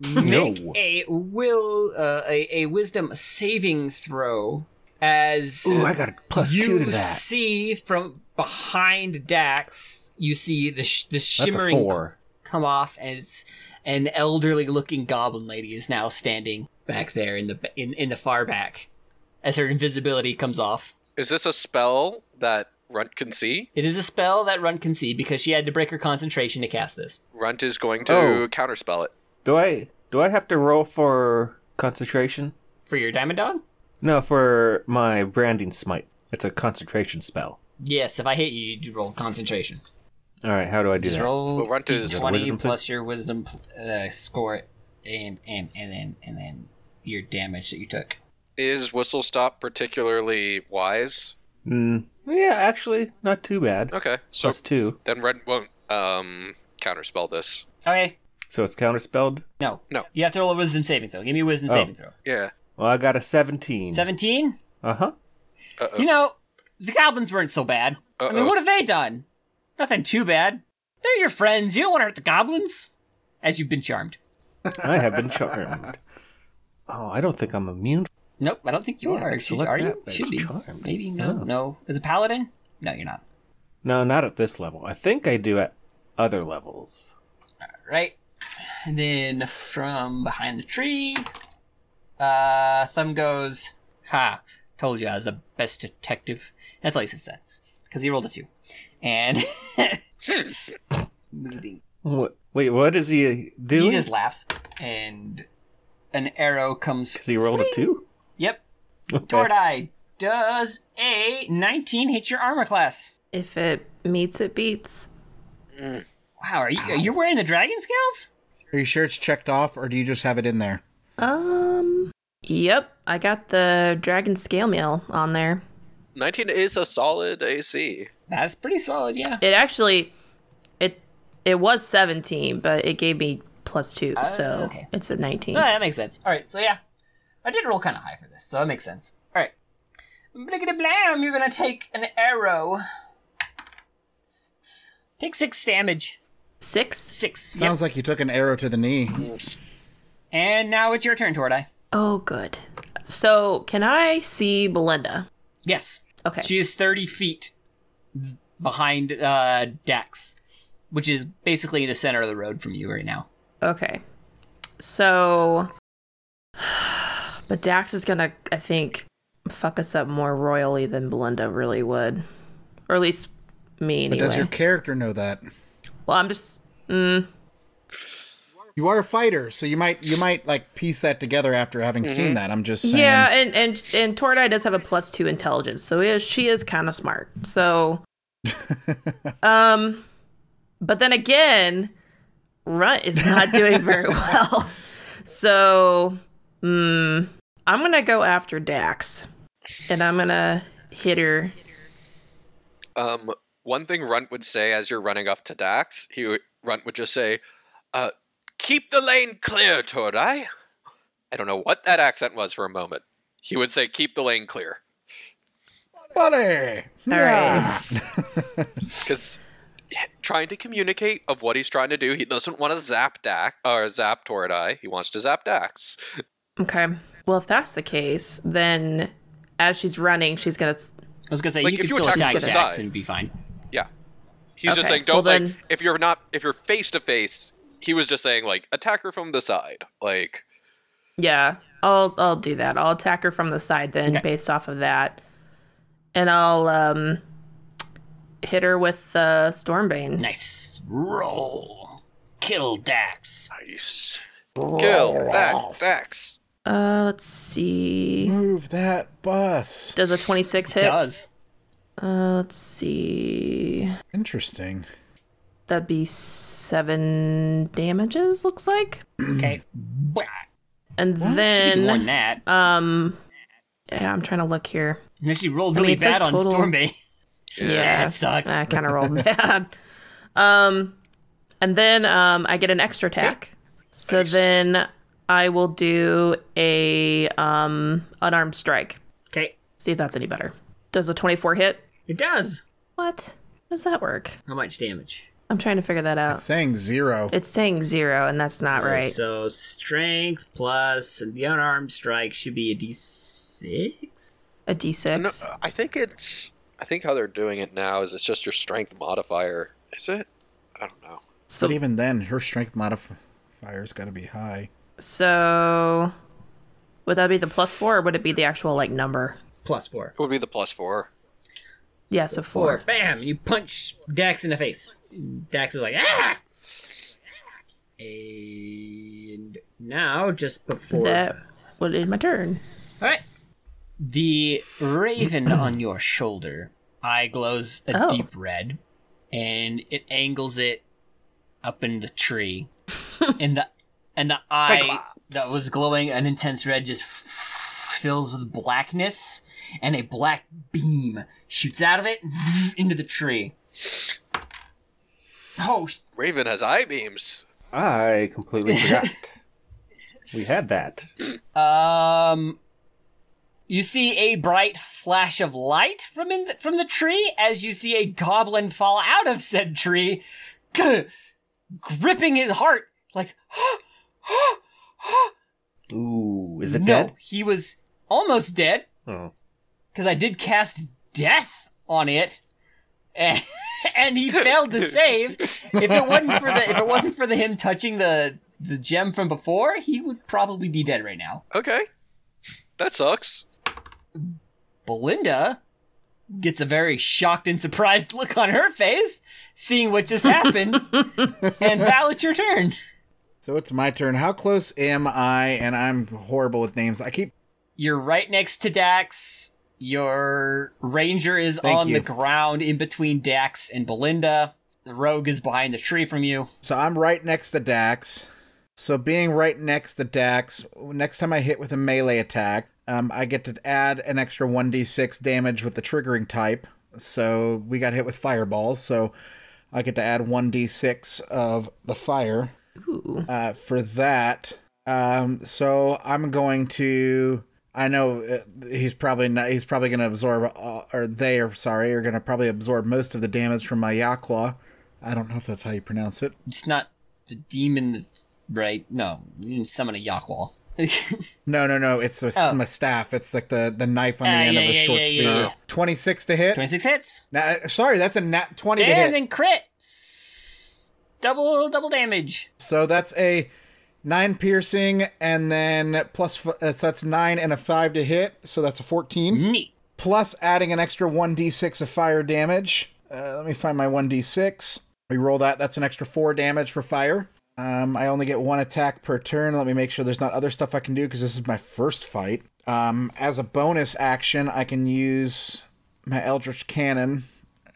[SPEAKER 2] Make
[SPEAKER 5] No.
[SPEAKER 2] a will uh, a, a wisdom saving throw as
[SPEAKER 5] Ooh, I got a plus
[SPEAKER 2] you
[SPEAKER 5] two to that.
[SPEAKER 2] see from behind Dax, you see the sh- the
[SPEAKER 5] That's a
[SPEAKER 2] shimmering
[SPEAKER 5] four.
[SPEAKER 2] come off, and it's an elderly looking goblin lady is now standing back there in the ba- in, in the far back, as her invisibility comes off.
[SPEAKER 6] Is this a spell that Runt can see?
[SPEAKER 2] It is a spell that Run can see because she had to break her concentration to cast this.
[SPEAKER 6] Runt is going to
[SPEAKER 5] Oh.
[SPEAKER 6] counterspell it.
[SPEAKER 5] Do I do I have to roll for concentration?
[SPEAKER 2] For your diamond dog?
[SPEAKER 5] No, for my branding smite. It's a concentration spell.
[SPEAKER 2] Yes, if I hit you, you roll concentration.
[SPEAKER 5] All right, how do I do
[SPEAKER 2] Just
[SPEAKER 5] that?
[SPEAKER 2] roll
[SPEAKER 6] Well, Runt is-
[SPEAKER 2] twenty
[SPEAKER 5] Wisdom, please.
[SPEAKER 2] plus your wisdom uh, score, and and and then and then your damage that you took.
[SPEAKER 6] Is Whistle Stop particularly wise?
[SPEAKER 5] Mm, yeah, actually, not too bad.
[SPEAKER 6] Okay, so
[SPEAKER 5] Plus two,
[SPEAKER 6] then Runt won't um counterspell this.
[SPEAKER 2] Okay,
[SPEAKER 5] so it's counterspelled.
[SPEAKER 2] No.
[SPEAKER 6] No.
[SPEAKER 2] You have to roll a wisdom saving throw. Give me a wisdom
[SPEAKER 5] Oh.
[SPEAKER 2] saving throw.
[SPEAKER 6] Yeah.
[SPEAKER 5] Well, I got a seventeen.
[SPEAKER 2] 17?
[SPEAKER 5] Uh huh.
[SPEAKER 6] Uh-oh.
[SPEAKER 2] You know, the goblins weren't so bad. I mean,
[SPEAKER 6] Uh-oh.
[SPEAKER 2] what have they done? Nothing too bad. They're your friends. You don't want to hurt the goblins. As you've been charmed.
[SPEAKER 5] I have been charmed. Oh, I don't think I'm immune.
[SPEAKER 2] Nope, I don't think you
[SPEAKER 5] Yeah,
[SPEAKER 2] are.
[SPEAKER 5] I
[SPEAKER 2] Should,
[SPEAKER 5] select
[SPEAKER 2] are you?
[SPEAKER 5] that, but
[SPEAKER 2] Should
[SPEAKER 5] it's
[SPEAKER 2] be.
[SPEAKER 5] charmed.
[SPEAKER 2] Maybe. No.
[SPEAKER 5] Oh.
[SPEAKER 2] No. As a paladin? No, you're not.
[SPEAKER 5] No, not at this level. I think I do at other levels.
[SPEAKER 2] Right? And then from behind the tree, uh, Thumb goes, Ha, told you I was the best detective. That's all he says that. Because he rolled a two. And. moving.
[SPEAKER 5] What? Wait, what is he doing?
[SPEAKER 2] He just laughs, and an arrow comes.
[SPEAKER 5] 'Cause he rolled a two.
[SPEAKER 2] Dordai, does a 19 hit your armor class?
[SPEAKER 4] If it meets, it beats.
[SPEAKER 2] Wow, are you you're wearing the dragon scales?
[SPEAKER 3] Are you sure it's checked off, or do you just have it in there?
[SPEAKER 4] Um. Yep, I got the dragon scale meal on there.
[SPEAKER 6] 19 is a solid AC.
[SPEAKER 2] That's pretty solid, yeah.
[SPEAKER 4] It actually, it it was seventeen, but it gave me plus two, so
[SPEAKER 2] Uh, okay.
[SPEAKER 4] it's a nineteen.
[SPEAKER 2] Yeah, that makes sense. All right, so yeah, I did roll kind of high for this, so that makes sense. All right, bliggity blam, you're gonna take an arrow. Six. Take six damage.
[SPEAKER 4] Six.
[SPEAKER 2] Six. Yep.
[SPEAKER 3] Sounds like you took an arrow to the knee.
[SPEAKER 2] And now it's your turn, Tordai.
[SPEAKER 4] Oh, good. So can I see Belinda?
[SPEAKER 2] Yes,
[SPEAKER 4] Okay.
[SPEAKER 2] she is thirty feet behind uh, Dax, which is basically the center of the road from you right now.
[SPEAKER 4] Okay. So, but Dax is gonna, I think, fuck us up more royally than Belinda really would, or at least me
[SPEAKER 3] But
[SPEAKER 4] anyway.
[SPEAKER 3] does your character know that?
[SPEAKER 4] Well, I'm just. Mm,
[SPEAKER 3] You are a fighter, so you might you might like piece that together after having seen that. I'm just saying.
[SPEAKER 4] Mm-hmm. yeah, and and and Tordai does have a plus two intelligence, so is she is kind of smart. So, um, but then again, Runt is not doing very well. So, mm, I'm gonna go after Dax, and I'm gonna hit her
[SPEAKER 6] Um, one thing Runt would say as you're running up to Dax, he would, Runt would just say, uh, "Keep the lane clear, Tordai." I don't know what that accent was for a moment. He would say, "Keep the lane clear,"
[SPEAKER 3] buddy.
[SPEAKER 4] All right.
[SPEAKER 6] because trying to communicate of what he's trying to do, he doesn't want to zap Dax or zap Tordai. He wants to zap Dax.
[SPEAKER 4] Okay. Well, if that's the case, then as she's running, she's gonna.
[SPEAKER 2] I was gonna say
[SPEAKER 6] Like,
[SPEAKER 2] you
[SPEAKER 6] if
[SPEAKER 2] could
[SPEAKER 6] you
[SPEAKER 2] still
[SPEAKER 6] attack
[SPEAKER 2] attack
[SPEAKER 6] from the
[SPEAKER 2] Dax
[SPEAKER 6] side.
[SPEAKER 2] and be fine.
[SPEAKER 6] Yeah, he's just
[SPEAKER 4] Okay,
[SPEAKER 6] saying, "Don't
[SPEAKER 4] well
[SPEAKER 6] like
[SPEAKER 4] then-
[SPEAKER 6] if you're not if you're face to face." He was just saying, like, attack her from the side, like.
[SPEAKER 4] Yeah, I'll I'll do that. I'll attack her from the side then, based off of that, and I'll um hit her with uh, Stormbane.
[SPEAKER 2] Nice roll. Kill Dax.
[SPEAKER 6] Nice. Kill that Dax.
[SPEAKER 4] Uh, let's see.
[SPEAKER 3] Move that bus.
[SPEAKER 4] Does a twenty-six hit?
[SPEAKER 2] Does.
[SPEAKER 4] Uh, let's see.
[SPEAKER 3] Interesting.
[SPEAKER 4] That'd be seven damages. Looks like,
[SPEAKER 2] Okay. Bwah.
[SPEAKER 4] and
[SPEAKER 2] She did more than
[SPEAKER 4] then
[SPEAKER 2] that.
[SPEAKER 4] um, yeah, I'm trying to look here.
[SPEAKER 2] And then she rolled
[SPEAKER 4] I mean,
[SPEAKER 2] really
[SPEAKER 4] it says
[SPEAKER 2] bad on
[SPEAKER 4] total-
[SPEAKER 2] Stormbay.
[SPEAKER 4] Yeah,
[SPEAKER 2] That sucks.
[SPEAKER 4] I kind of rolled bad. Um, and then um, I get an extra attack. So then I will do a um unarmed strike.
[SPEAKER 2] Okay.
[SPEAKER 4] See if that's any better. Does a twenty-four hit?
[SPEAKER 2] It does.
[SPEAKER 4] What? How does that work?
[SPEAKER 2] How much damage?
[SPEAKER 4] I'm trying to figure that out.
[SPEAKER 3] Saying zero.
[SPEAKER 4] It's saying zero, and that's not right.
[SPEAKER 2] So strength plus and the unarmed strike should be a d6.
[SPEAKER 4] A d6.
[SPEAKER 6] No, I think it's. I think how they're doing it now is it's just your strength modifier. Is it? I don't know.
[SPEAKER 4] so
[SPEAKER 3] but even then, her strength modifier's got to be high.
[SPEAKER 4] so would that be the plus four, or would it be the actual like number?
[SPEAKER 2] Plus four.
[SPEAKER 6] It would be the plus four.
[SPEAKER 4] Yeah, so, four.
[SPEAKER 2] Bam! You punch Dax in the face. Dax is like, ah! And now, just before
[SPEAKER 4] That would end my turn.
[SPEAKER 2] All right. The raven on your shoulder eye glows a
[SPEAKER 4] Oh.
[SPEAKER 2] deep red, and it angles it up in the tree, and the and the eye that was glowing an intense red just f- fills with blackness, and a black beam shoots out of it into the tree. Oh, sh-
[SPEAKER 6] Raven has eye beams.
[SPEAKER 5] I completely forgot. we had that.
[SPEAKER 2] Um, you see a bright flash of light from in the, from the tree as you see a goblin fall out of said tree, gripping his heart like.
[SPEAKER 5] Ooh, is it
[SPEAKER 2] no,
[SPEAKER 5] dead?
[SPEAKER 2] he was almost dead
[SPEAKER 5] Oh.
[SPEAKER 2] because I did cast death on it, and, and he failed to save. If it wasn't for the if it wasn't for the him touching the the gem from before, he would probably be dead right now.
[SPEAKER 6] Okay, that sucks.
[SPEAKER 2] Belinda gets a very shocked and surprised look on her face, seeing what just happened. and Val, it's your turn.
[SPEAKER 3] So it's my turn. How close am I? And I'm horrible with names. I keep
[SPEAKER 2] You're right next to Dax. Your ranger is
[SPEAKER 3] Thank
[SPEAKER 2] on
[SPEAKER 3] you.
[SPEAKER 2] the ground in between Dax and Belinda. The rogue is behind the tree from you.
[SPEAKER 3] So I'm right next to Dax. So being right next to Dax, next time I hit with a melee attack, um, I get to add an extra 1d6 damage with the triggering type. So we got hit with fireballs, so I get to add 1d6 of the fire
[SPEAKER 4] Ooh.
[SPEAKER 3] uh, for that. Um, so I'm going to. I know uh, he's probably not. He's probably going to absorb, uh, or they are sorry, are going to probably absorb most of the damage from my Yakwa. I don't know if that's how you pronounce it.
[SPEAKER 2] It's not the demon, that's right? No, you didn't summon a Yakwal.
[SPEAKER 3] No, no, no. It's the,
[SPEAKER 2] Oh.
[SPEAKER 3] my staff. It's like the, the knife on the
[SPEAKER 2] Ah,
[SPEAKER 3] end
[SPEAKER 2] yeah,
[SPEAKER 3] of a
[SPEAKER 2] yeah,
[SPEAKER 3] short
[SPEAKER 2] yeah,
[SPEAKER 3] spear.
[SPEAKER 2] yeah, yeah.
[SPEAKER 3] 26 to hit.
[SPEAKER 2] 26 hits.
[SPEAKER 3] Nah, uh, sorry, that's a nat 20 to
[SPEAKER 2] Damn,
[SPEAKER 3] hit.
[SPEAKER 2] then crit. S- Double, double damage.
[SPEAKER 3] So that's a 9 piercing and then plus, f- uh, so that's 9 and a 5 to hit. So that's a 14.
[SPEAKER 2] Neat.
[SPEAKER 3] Plus adding an extra 1d6 of fire damage. Uh, let me find my 1d6. We roll that. That's an extra 4 damage for fire. Um, I only get one attack per turn. Let me make sure there's not other stuff I can do because this is my first fight. Um, as a bonus action, I can use my Eldritch Cannon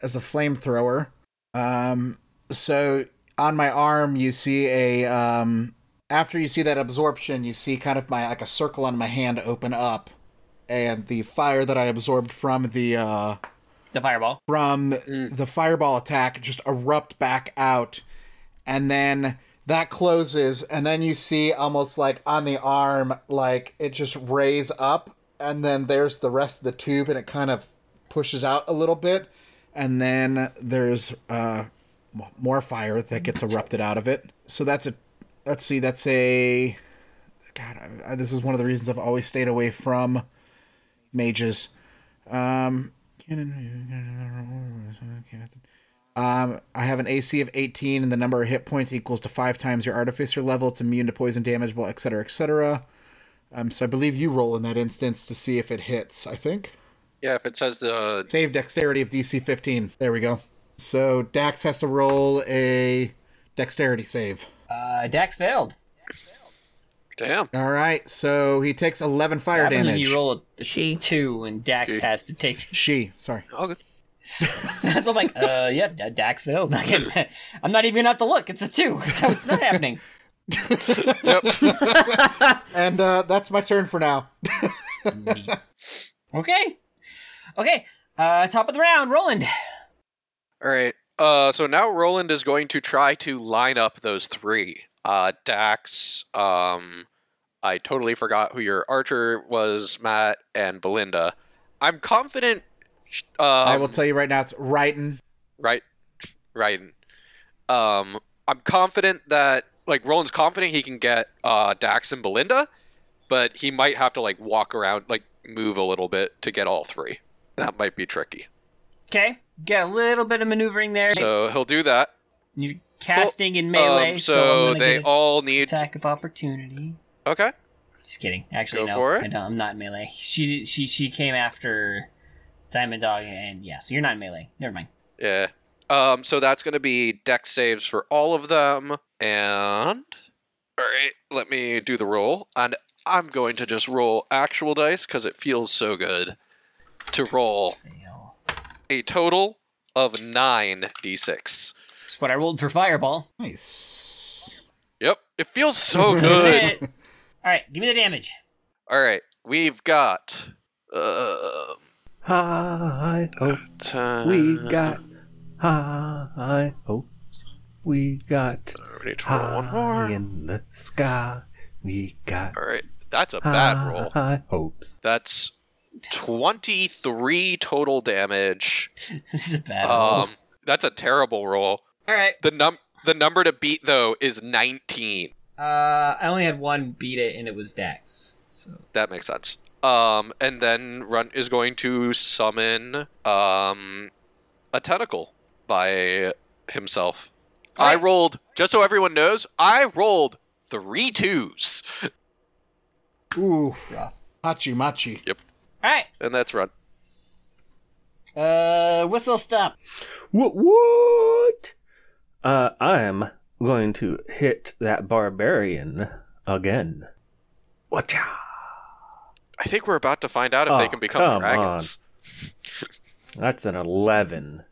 [SPEAKER 3] as a flamethrower. Um, so on my arm, you see a. Um, after you see that absorption, you see kind of my like a circle on my hand open up, and the fire that I absorbed from the uh,
[SPEAKER 2] The fireball.
[SPEAKER 3] from the fireball attack just erupt back out and then that closes and then you see almost like on the arm like it just rays up and then there's the rest of the tube and it kind of pushes out a little bit and then there's uh m- more fire that gets erupted out of it so that's a let's see that's a god I, I- this is one of the reasons i've always stayed away from mages um um, I have an AC of 18, and the number of hit points equals to five times your artificer level. It's immune to poison, damage, blah, et cetera, et cetera. Um, so I believe you roll in that instance to see if it hits. I think
[SPEAKER 6] Yeah, if it says uh, the
[SPEAKER 3] save dexterity of DC 15. There we go. So Dax has to roll a dexterity save.
[SPEAKER 2] Uh, Dax failed.
[SPEAKER 6] damn,
[SPEAKER 3] All right, so he takes 11 fire
[SPEAKER 2] Happens when
[SPEAKER 3] damage.
[SPEAKER 2] you roll a
[SPEAKER 4] She.
[SPEAKER 2] two and Dax has to take.
[SPEAKER 3] she, sorry.
[SPEAKER 6] all good.
[SPEAKER 2] That's all like, uh, yeah, D- Dax failed. I'm not even gonna have to look. It's a two, so it's not happening.
[SPEAKER 3] And uh, that's my turn for now.
[SPEAKER 2] Okay, okay. Uh, top of the round, Roland.
[SPEAKER 6] All right. Uh, so now Roland is going to try to line up those three. Uh, Dax. Um, I totally forgot who your archer was, Matt and Belinda. I'm confident. sh- Um,
[SPEAKER 3] I will tell you right now, it's Raiden.
[SPEAKER 6] right right um i'm confident that like roland's confident he can get uh dax and belinda but he might have to like walk around like move a little bit to get all three that might be tricky
[SPEAKER 2] Okay, get a little bit of maneuvering there.
[SPEAKER 6] so he'll do that
[SPEAKER 2] You're casting in melee,
[SPEAKER 6] um,
[SPEAKER 2] so,
[SPEAKER 6] so,
[SPEAKER 2] I'm gonna
[SPEAKER 6] they
[SPEAKER 2] get an
[SPEAKER 6] all need
[SPEAKER 2] attack of opportunity.
[SPEAKER 6] okay
[SPEAKER 2] Just kidding. Actually,
[SPEAKER 6] Go
[SPEAKER 2] no,
[SPEAKER 6] for it.
[SPEAKER 2] I don't, I'm not in melee. She she she came after Diamond Dog, and yeah, so you're not in melee. Never mind.
[SPEAKER 6] yeah um so that's going to be deck saves for all of them and all right let me do the roll and i'm going to just roll actual dice because it feels so good to roll
[SPEAKER 2] Fail.
[SPEAKER 6] a total of nine d6.
[SPEAKER 2] That's what I rolled for Fireball.
[SPEAKER 3] Nice.
[SPEAKER 6] Yep, it feels so good.
[SPEAKER 2] All right, give me the damage.
[SPEAKER 6] All right, we've got uh,
[SPEAKER 5] Hi ho,
[SPEAKER 6] ten,
[SPEAKER 5] oh, we got high hopes. We got
[SPEAKER 6] I need to roll one
[SPEAKER 5] high
[SPEAKER 6] more.
[SPEAKER 5] in the sky. We got
[SPEAKER 6] All right, that's a bad roll.
[SPEAKER 5] high hopes.
[SPEAKER 6] That's twenty-three total damage.
[SPEAKER 2] this is a bad roll.
[SPEAKER 6] Um, that's a terrible roll.
[SPEAKER 2] All right.
[SPEAKER 6] The num the number to beat though is nineteen.
[SPEAKER 2] Uh, I only had one beat it, and it was Dax. So
[SPEAKER 6] That makes sense. Um, and then Runt is going to summon um, a tentacle by himself. I
[SPEAKER 2] Alright.
[SPEAKER 6] rolled, just so everyone knows, I rolled three twos.
[SPEAKER 3] Ooh. Hachi machi.
[SPEAKER 2] all right.
[SPEAKER 6] And that's Runt.
[SPEAKER 2] Uh, whistle stop.
[SPEAKER 5] What? What? Uh, I'm going to hit that barbarian again. Watcha!
[SPEAKER 6] I think we're about to find out if they
[SPEAKER 5] Oh,
[SPEAKER 6] can become
[SPEAKER 5] come
[SPEAKER 6] dragons.
[SPEAKER 5] That's an 11.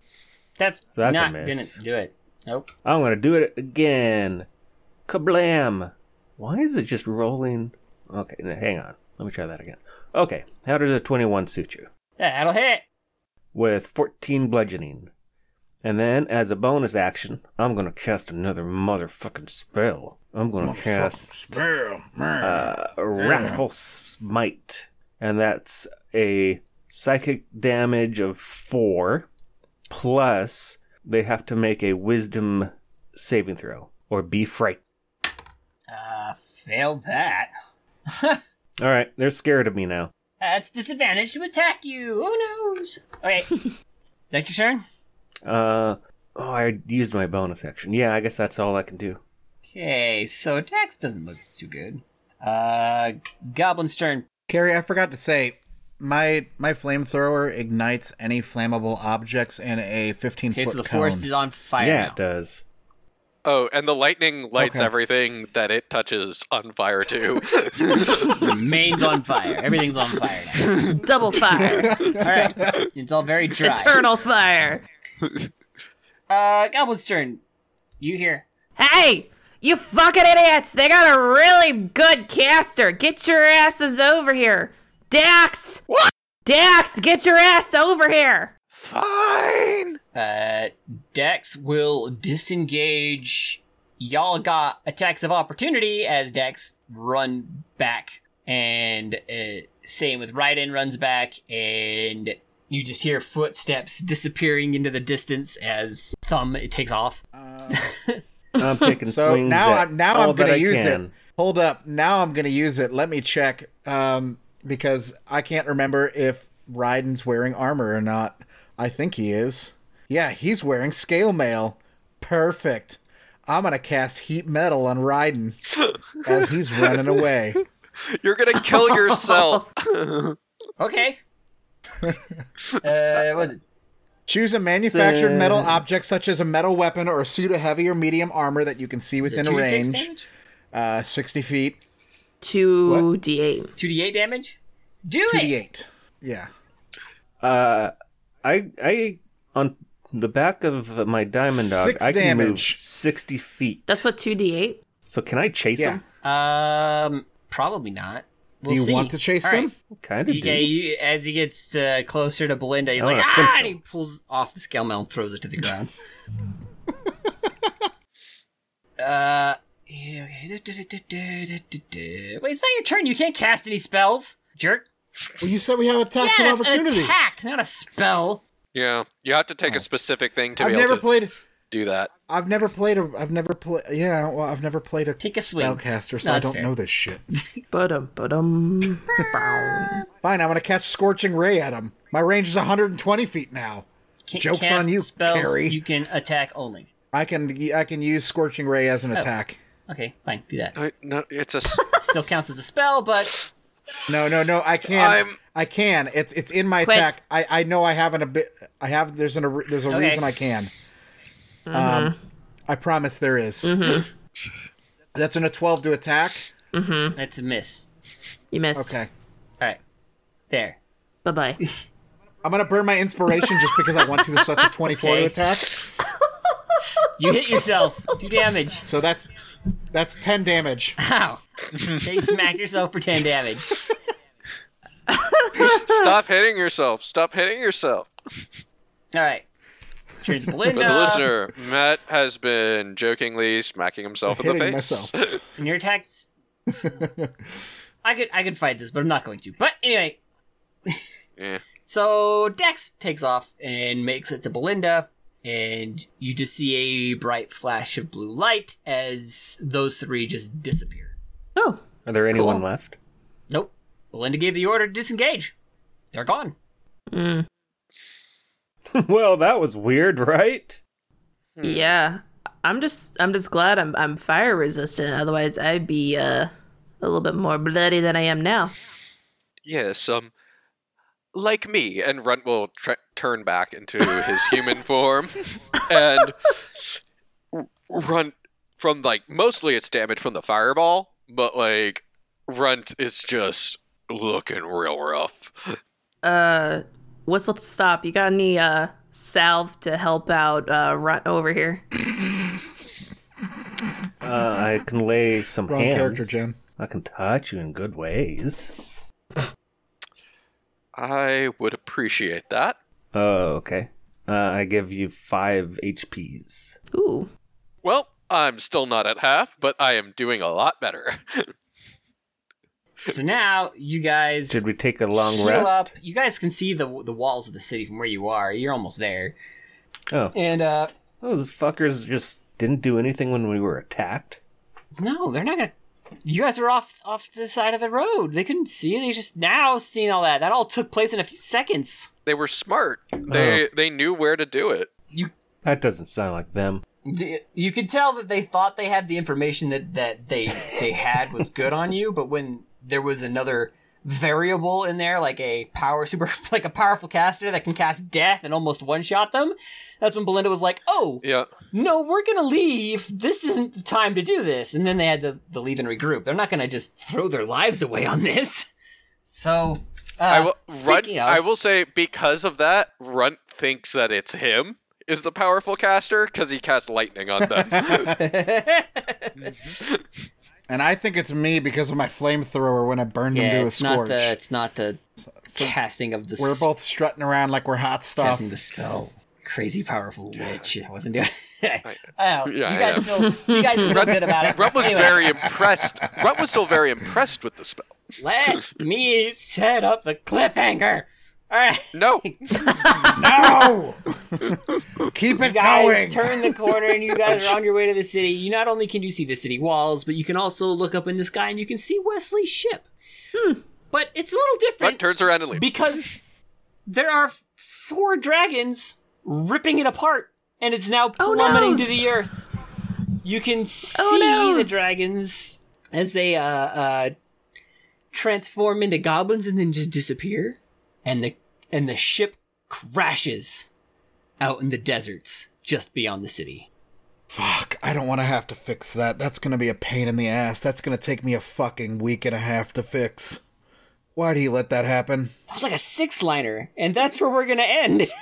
[SPEAKER 2] That's,
[SPEAKER 5] So that's a
[SPEAKER 2] not
[SPEAKER 5] miss.
[SPEAKER 2] didn't do it. Nope.
[SPEAKER 5] I'm going to do it again. Kablam. Why is it just rolling? Okay, now, hang on. Let me try that again. Okay, how does a 21 suit you?
[SPEAKER 2] That'll hit.
[SPEAKER 5] With 14 bludgeoning. And then, as a bonus action, I'm going to cast another motherfucking spell. I'm going to cast uh, Wrathful Smite. And that's a psychic damage of four, plus they have to make a wisdom saving throw or be frightened.
[SPEAKER 2] Uh, failed that.
[SPEAKER 5] All right, they're scared of me now.
[SPEAKER 2] That's disadvantage to attack you. Who knows? Okay. Is that your turn?
[SPEAKER 5] Uh, oh, I used my bonus action. Yeah, I guess that's all I can do.
[SPEAKER 2] Okay, so attacks doesn't look too good. Uh, Goblin's turn.
[SPEAKER 3] Carrie, I forgot to say, my my flamethrower ignites any flammable objects in a 15
[SPEAKER 2] Okay,
[SPEAKER 3] foot
[SPEAKER 2] so the
[SPEAKER 3] cone.
[SPEAKER 2] forest is on fire
[SPEAKER 5] yeah,
[SPEAKER 2] now.
[SPEAKER 5] it does.
[SPEAKER 6] Oh, and the lightning lights
[SPEAKER 3] Okay.
[SPEAKER 6] everything that it touches on fire too.
[SPEAKER 2] The main's on fire. Everything's on fire now.
[SPEAKER 4] Double fire.
[SPEAKER 2] All right, it's all very dry.
[SPEAKER 4] Eternal fire.
[SPEAKER 2] Uh, Goblin's turn. You here?
[SPEAKER 4] Hey! You fucking idiots! They got a really good caster! Get your asses over here! Dax! What? Dax, get your ass over here!
[SPEAKER 6] Fine.
[SPEAKER 2] Uh, Dex will disengage. Y'all got attacks of opportunity as Dex run back, and uh, same with Raiden runs back, and you just hear footsteps disappearing into the distance as Thumb it takes off.
[SPEAKER 5] I'm taking
[SPEAKER 3] so
[SPEAKER 5] swings.
[SPEAKER 3] now
[SPEAKER 5] at
[SPEAKER 3] I'm now
[SPEAKER 5] all
[SPEAKER 3] I'm gonna
[SPEAKER 5] that I
[SPEAKER 3] use it.
[SPEAKER 5] can.
[SPEAKER 3] Hold up, now I'm gonna use it. Let me check, um, because I can't remember if Ryden's wearing armor or not. I think he is. Yeah, he's wearing scale mail. Perfect. I'm gonna cast heat metal on Ryden as he's running away.
[SPEAKER 6] You're gonna kill yourself.
[SPEAKER 4] Oh,
[SPEAKER 2] Okay. uh, what?
[SPEAKER 3] Choose a manufactured
[SPEAKER 5] So-
[SPEAKER 3] metal object such as a metal weapon or a suit of heavy or medium armor that you can see within a
[SPEAKER 2] 2d6
[SPEAKER 3] range,
[SPEAKER 2] damage?
[SPEAKER 3] uh, 60 feet,
[SPEAKER 4] 2d8.
[SPEAKER 2] 2d8 damage? Do it!
[SPEAKER 3] 2d8. Yeah.
[SPEAKER 5] Uh, I I on the back of my diamond dog,
[SPEAKER 3] Six
[SPEAKER 5] I can move
[SPEAKER 3] damage.
[SPEAKER 5] sixty feet.
[SPEAKER 4] That's what 2d8?
[SPEAKER 5] So can I chase
[SPEAKER 3] Yeah.
[SPEAKER 5] him?
[SPEAKER 2] Um, probably not. We'll
[SPEAKER 3] do you
[SPEAKER 2] see.
[SPEAKER 3] want to chase
[SPEAKER 2] All
[SPEAKER 3] them?
[SPEAKER 2] right.
[SPEAKER 5] Kind of.
[SPEAKER 2] Yeah, you, as he gets uh, closer to Belinda, he's
[SPEAKER 5] I
[SPEAKER 2] like,
[SPEAKER 5] wanna
[SPEAKER 2] ah!
[SPEAKER 5] finish
[SPEAKER 2] And he
[SPEAKER 5] him.
[SPEAKER 2] pulls off the scale mail and throws it to the ground. uh, yeah, okay. Wait, it's not your turn. You can't cast any spells, jerk.
[SPEAKER 3] Well, you said we have attacks
[SPEAKER 2] yeah,
[SPEAKER 3] of
[SPEAKER 2] that's an
[SPEAKER 3] opportunity.
[SPEAKER 2] attack, not a spell.
[SPEAKER 6] yeah, you have to take a specific thing to
[SPEAKER 3] Oh. I've
[SPEAKER 6] be able
[SPEAKER 3] never
[SPEAKER 6] to
[SPEAKER 3] played.
[SPEAKER 6] do that.
[SPEAKER 3] I've never played a. I've never played. Yeah, well, I've never played a
[SPEAKER 2] Take a swing.
[SPEAKER 3] spellcaster, so
[SPEAKER 2] No,
[SPEAKER 3] I
[SPEAKER 2] that's
[SPEAKER 3] don't
[SPEAKER 2] fair.
[SPEAKER 3] know this shit.
[SPEAKER 4] Ba-dum, ba-dum. Bow.
[SPEAKER 3] Fine, I'm gonna catch scorching ray at him. My range is 120 feet now.
[SPEAKER 2] Can't
[SPEAKER 3] Joke's
[SPEAKER 2] cast
[SPEAKER 3] on you,
[SPEAKER 2] spells.
[SPEAKER 3] Carrie.
[SPEAKER 2] You can attack only.
[SPEAKER 3] I can I can use scorching ray as an
[SPEAKER 2] Oh.
[SPEAKER 3] attack.
[SPEAKER 2] Okay, fine, do that.
[SPEAKER 6] No, no it's a. s-
[SPEAKER 2] Still counts as a spell, but
[SPEAKER 3] No, no, no. I can't.
[SPEAKER 6] I'm-
[SPEAKER 3] I can. It's it's in my
[SPEAKER 4] Quit.
[SPEAKER 3] attack. I I know I haven't a bit. I have. There's an a, re- there's a
[SPEAKER 2] Okay. Mm-hmm.
[SPEAKER 3] reason I can. Um, I promise there is. That's in a 12 to attack.
[SPEAKER 2] that's a miss.
[SPEAKER 4] You missed.
[SPEAKER 3] Okay.
[SPEAKER 2] All right, there.
[SPEAKER 4] Bye-bye.
[SPEAKER 3] I'm gonna burn my inspiration just because I want to. Such a 24
[SPEAKER 2] Okay.
[SPEAKER 3] to attack.
[SPEAKER 2] You hit yourself. Do damage.
[SPEAKER 3] So that's that's 10 damage.
[SPEAKER 2] Ow. They smack yourself for 10 damage.
[SPEAKER 6] Stop hitting yourself. Stop hitting yourself.
[SPEAKER 2] All right. Turns
[SPEAKER 6] For
[SPEAKER 2] Belinda.
[SPEAKER 6] the listener, Matt has been jokingly smacking himself in the
[SPEAKER 3] Hitting
[SPEAKER 6] face.
[SPEAKER 3] myself.
[SPEAKER 2] And your attacks. I could I could fight this, but I'm not going to. But anyway,
[SPEAKER 6] yeah.
[SPEAKER 2] so Dex takes off and makes it to Belinda, and you just see a bright flash of blue light as those three just disappear.
[SPEAKER 4] Oh,
[SPEAKER 5] Are there anyone
[SPEAKER 4] Cool.
[SPEAKER 5] left?
[SPEAKER 2] Nope. Belinda gave the order to disengage. They're gone.
[SPEAKER 5] well, that was weird, right?
[SPEAKER 4] yeah. I'm just, I'm just glad I'm, I'm fire resistant. Otherwise, I'd be uh, a little bit more bloody than I am now.
[SPEAKER 6] Yes, um, like me, and Runt will tra- turn back into his human form, and R- Runt from like mostly it's damage from the fireball, but like Runt is just looking real rough.
[SPEAKER 4] Whistle to stop. You got any uh salve to help out uh run over here?
[SPEAKER 5] Uh, I can lay some
[SPEAKER 3] Wrong
[SPEAKER 5] hands.
[SPEAKER 3] character, Jim.
[SPEAKER 5] I can touch you in good ways.
[SPEAKER 6] I would appreciate that.
[SPEAKER 5] Oh, okay. Uh, I give you five HPs.
[SPEAKER 4] Ooh.
[SPEAKER 6] Well, I'm still not at half, but I am doing a lot better.
[SPEAKER 2] So now you guys
[SPEAKER 5] Did we take a long
[SPEAKER 2] heal
[SPEAKER 5] rest?
[SPEAKER 2] up. You guys can see the the walls of the city from where you are. You're almost there.
[SPEAKER 5] Oh.
[SPEAKER 2] And uh
[SPEAKER 5] Those fuckers just didn't do anything when we were attacked.
[SPEAKER 2] no, they're not gonna you guys are off off the side of the road. They couldn't see. They just now seeing all that. That all took place in a few seconds.
[SPEAKER 6] they were smart. They they knew where to do it.
[SPEAKER 5] That doesn't sound like them.
[SPEAKER 2] D- You could tell that they thought they had the information that that they they had was good on you, but when there was another variable in there, like a power super, like a powerful caster that can cast death and almost one shot them, that's when Belinda was like, "Oh,
[SPEAKER 6] Yeah.
[SPEAKER 2] no, we're gonna leave. This isn't the time to do this. And then they had to, to leave and regroup. They're not gonna just throw their lives away on this. So, uh,
[SPEAKER 6] I will Runt,
[SPEAKER 2] speaking of,
[SPEAKER 6] I will say because of that, Runt thinks that it's him is the powerful caster because he casts lightning on them.
[SPEAKER 3] And I think it's me because of my flamethrower when I burned him
[SPEAKER 2] yeah,
[SPEAKER 3] to a
[SPEAKER 2] it's not
[SPEAKER 3] scorch.
[SPEAKER 2] the it's not the casting of the
[SPEAKER 3] We're
[SPEAKER 2] spell
[SPEAKER 3] both strutting around like we're hot stuff.
[SPEAKER 2] casting the spell. Crazy powerful witch. I wasn't doing. oh, you
[SPEAKER 6] Yeah, I
[SPEAKER 2] guys
[SPEAKER 6] am.
[SPEAKER 2] feel you guys feel good about it.
[SPEAKER 6] Runt was
[SPEAKER 2] Anyway,
[SPEAKER 6] very impressed. Runt was still very impressed with the spell.
[SPEAKER 2] Let me set up the cliffhanger. All right.
[SPEAKER 6] No,
[SPEAKER 3] No! Keep it
[SPEAKER 2] You guys
[SPEAKER 3] going!
[SPEAKER 2] turn the corner and you guys are on your way to the city. You not only can you see the city walls, but you can also look up in the sky and you can see Wesley's ship. Hmm. But it's a little
[SPEAKER 6] Runt
[SPEAKER 2] different
[SPEAKER 6] turns around and leaves.
[SPEAKER 2] because there are four dragons ripping it apart and it's now plummeting to
[SPEAKER 4] noes.
[SPEAKER 2] the earth. You can see
[SPEAKER 4] noes.
[SPEAKER 2] the dragons as they uh, uh, transform into goblins and then just disappear and the and the ship crashes out in the deserts just beyond the city.
[SPEAKER 3] Fuck, I don't want to have to fix that. That's going to be a pain in the ass. That's going to take me a fucking week and a half to fix. Why do you let that happen?
[SPEAKER 2] That was like a six liner, and that's where we're gonna end.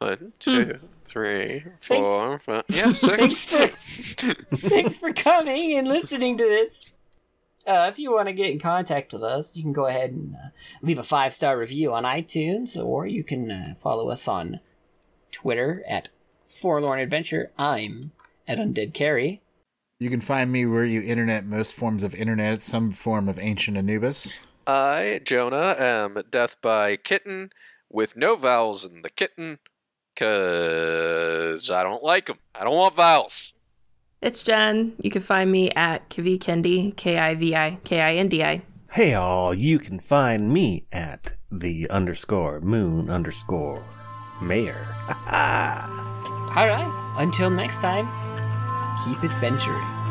[SPEAKER 2] Hmm.
[SPEAKER 6] One, two, three, four, five. Yeah,
[SPEAKER 2] thanks
[SPEAKER 6] six.
[SPEAKER 2] for thanks for coming and listening to this. Uh, if you want to get in contact with us, you can go ahead and uh, leave a five star review on iTunes, or you can uh, follow us on Twitter at Forlorn Adventure. I'm at Undead Carry.
[SPEAKER 3] You can find me where you internet most forms of internet, some form of ancient Anubis.
[SPEAKER 6] I, Jonah, am Death by Kitten with no vowels in the kitten because I don't like them. I don't want vowels.
[SPEAKER 4] It's Jen. You can find me at Kivi Kendi, K I V I K I N D I.
[SPEAKER 5] Hey all, you can find me at the underscore moon underscore mayor.
[SPEAKER 2] All right, until next time, keep adventuring.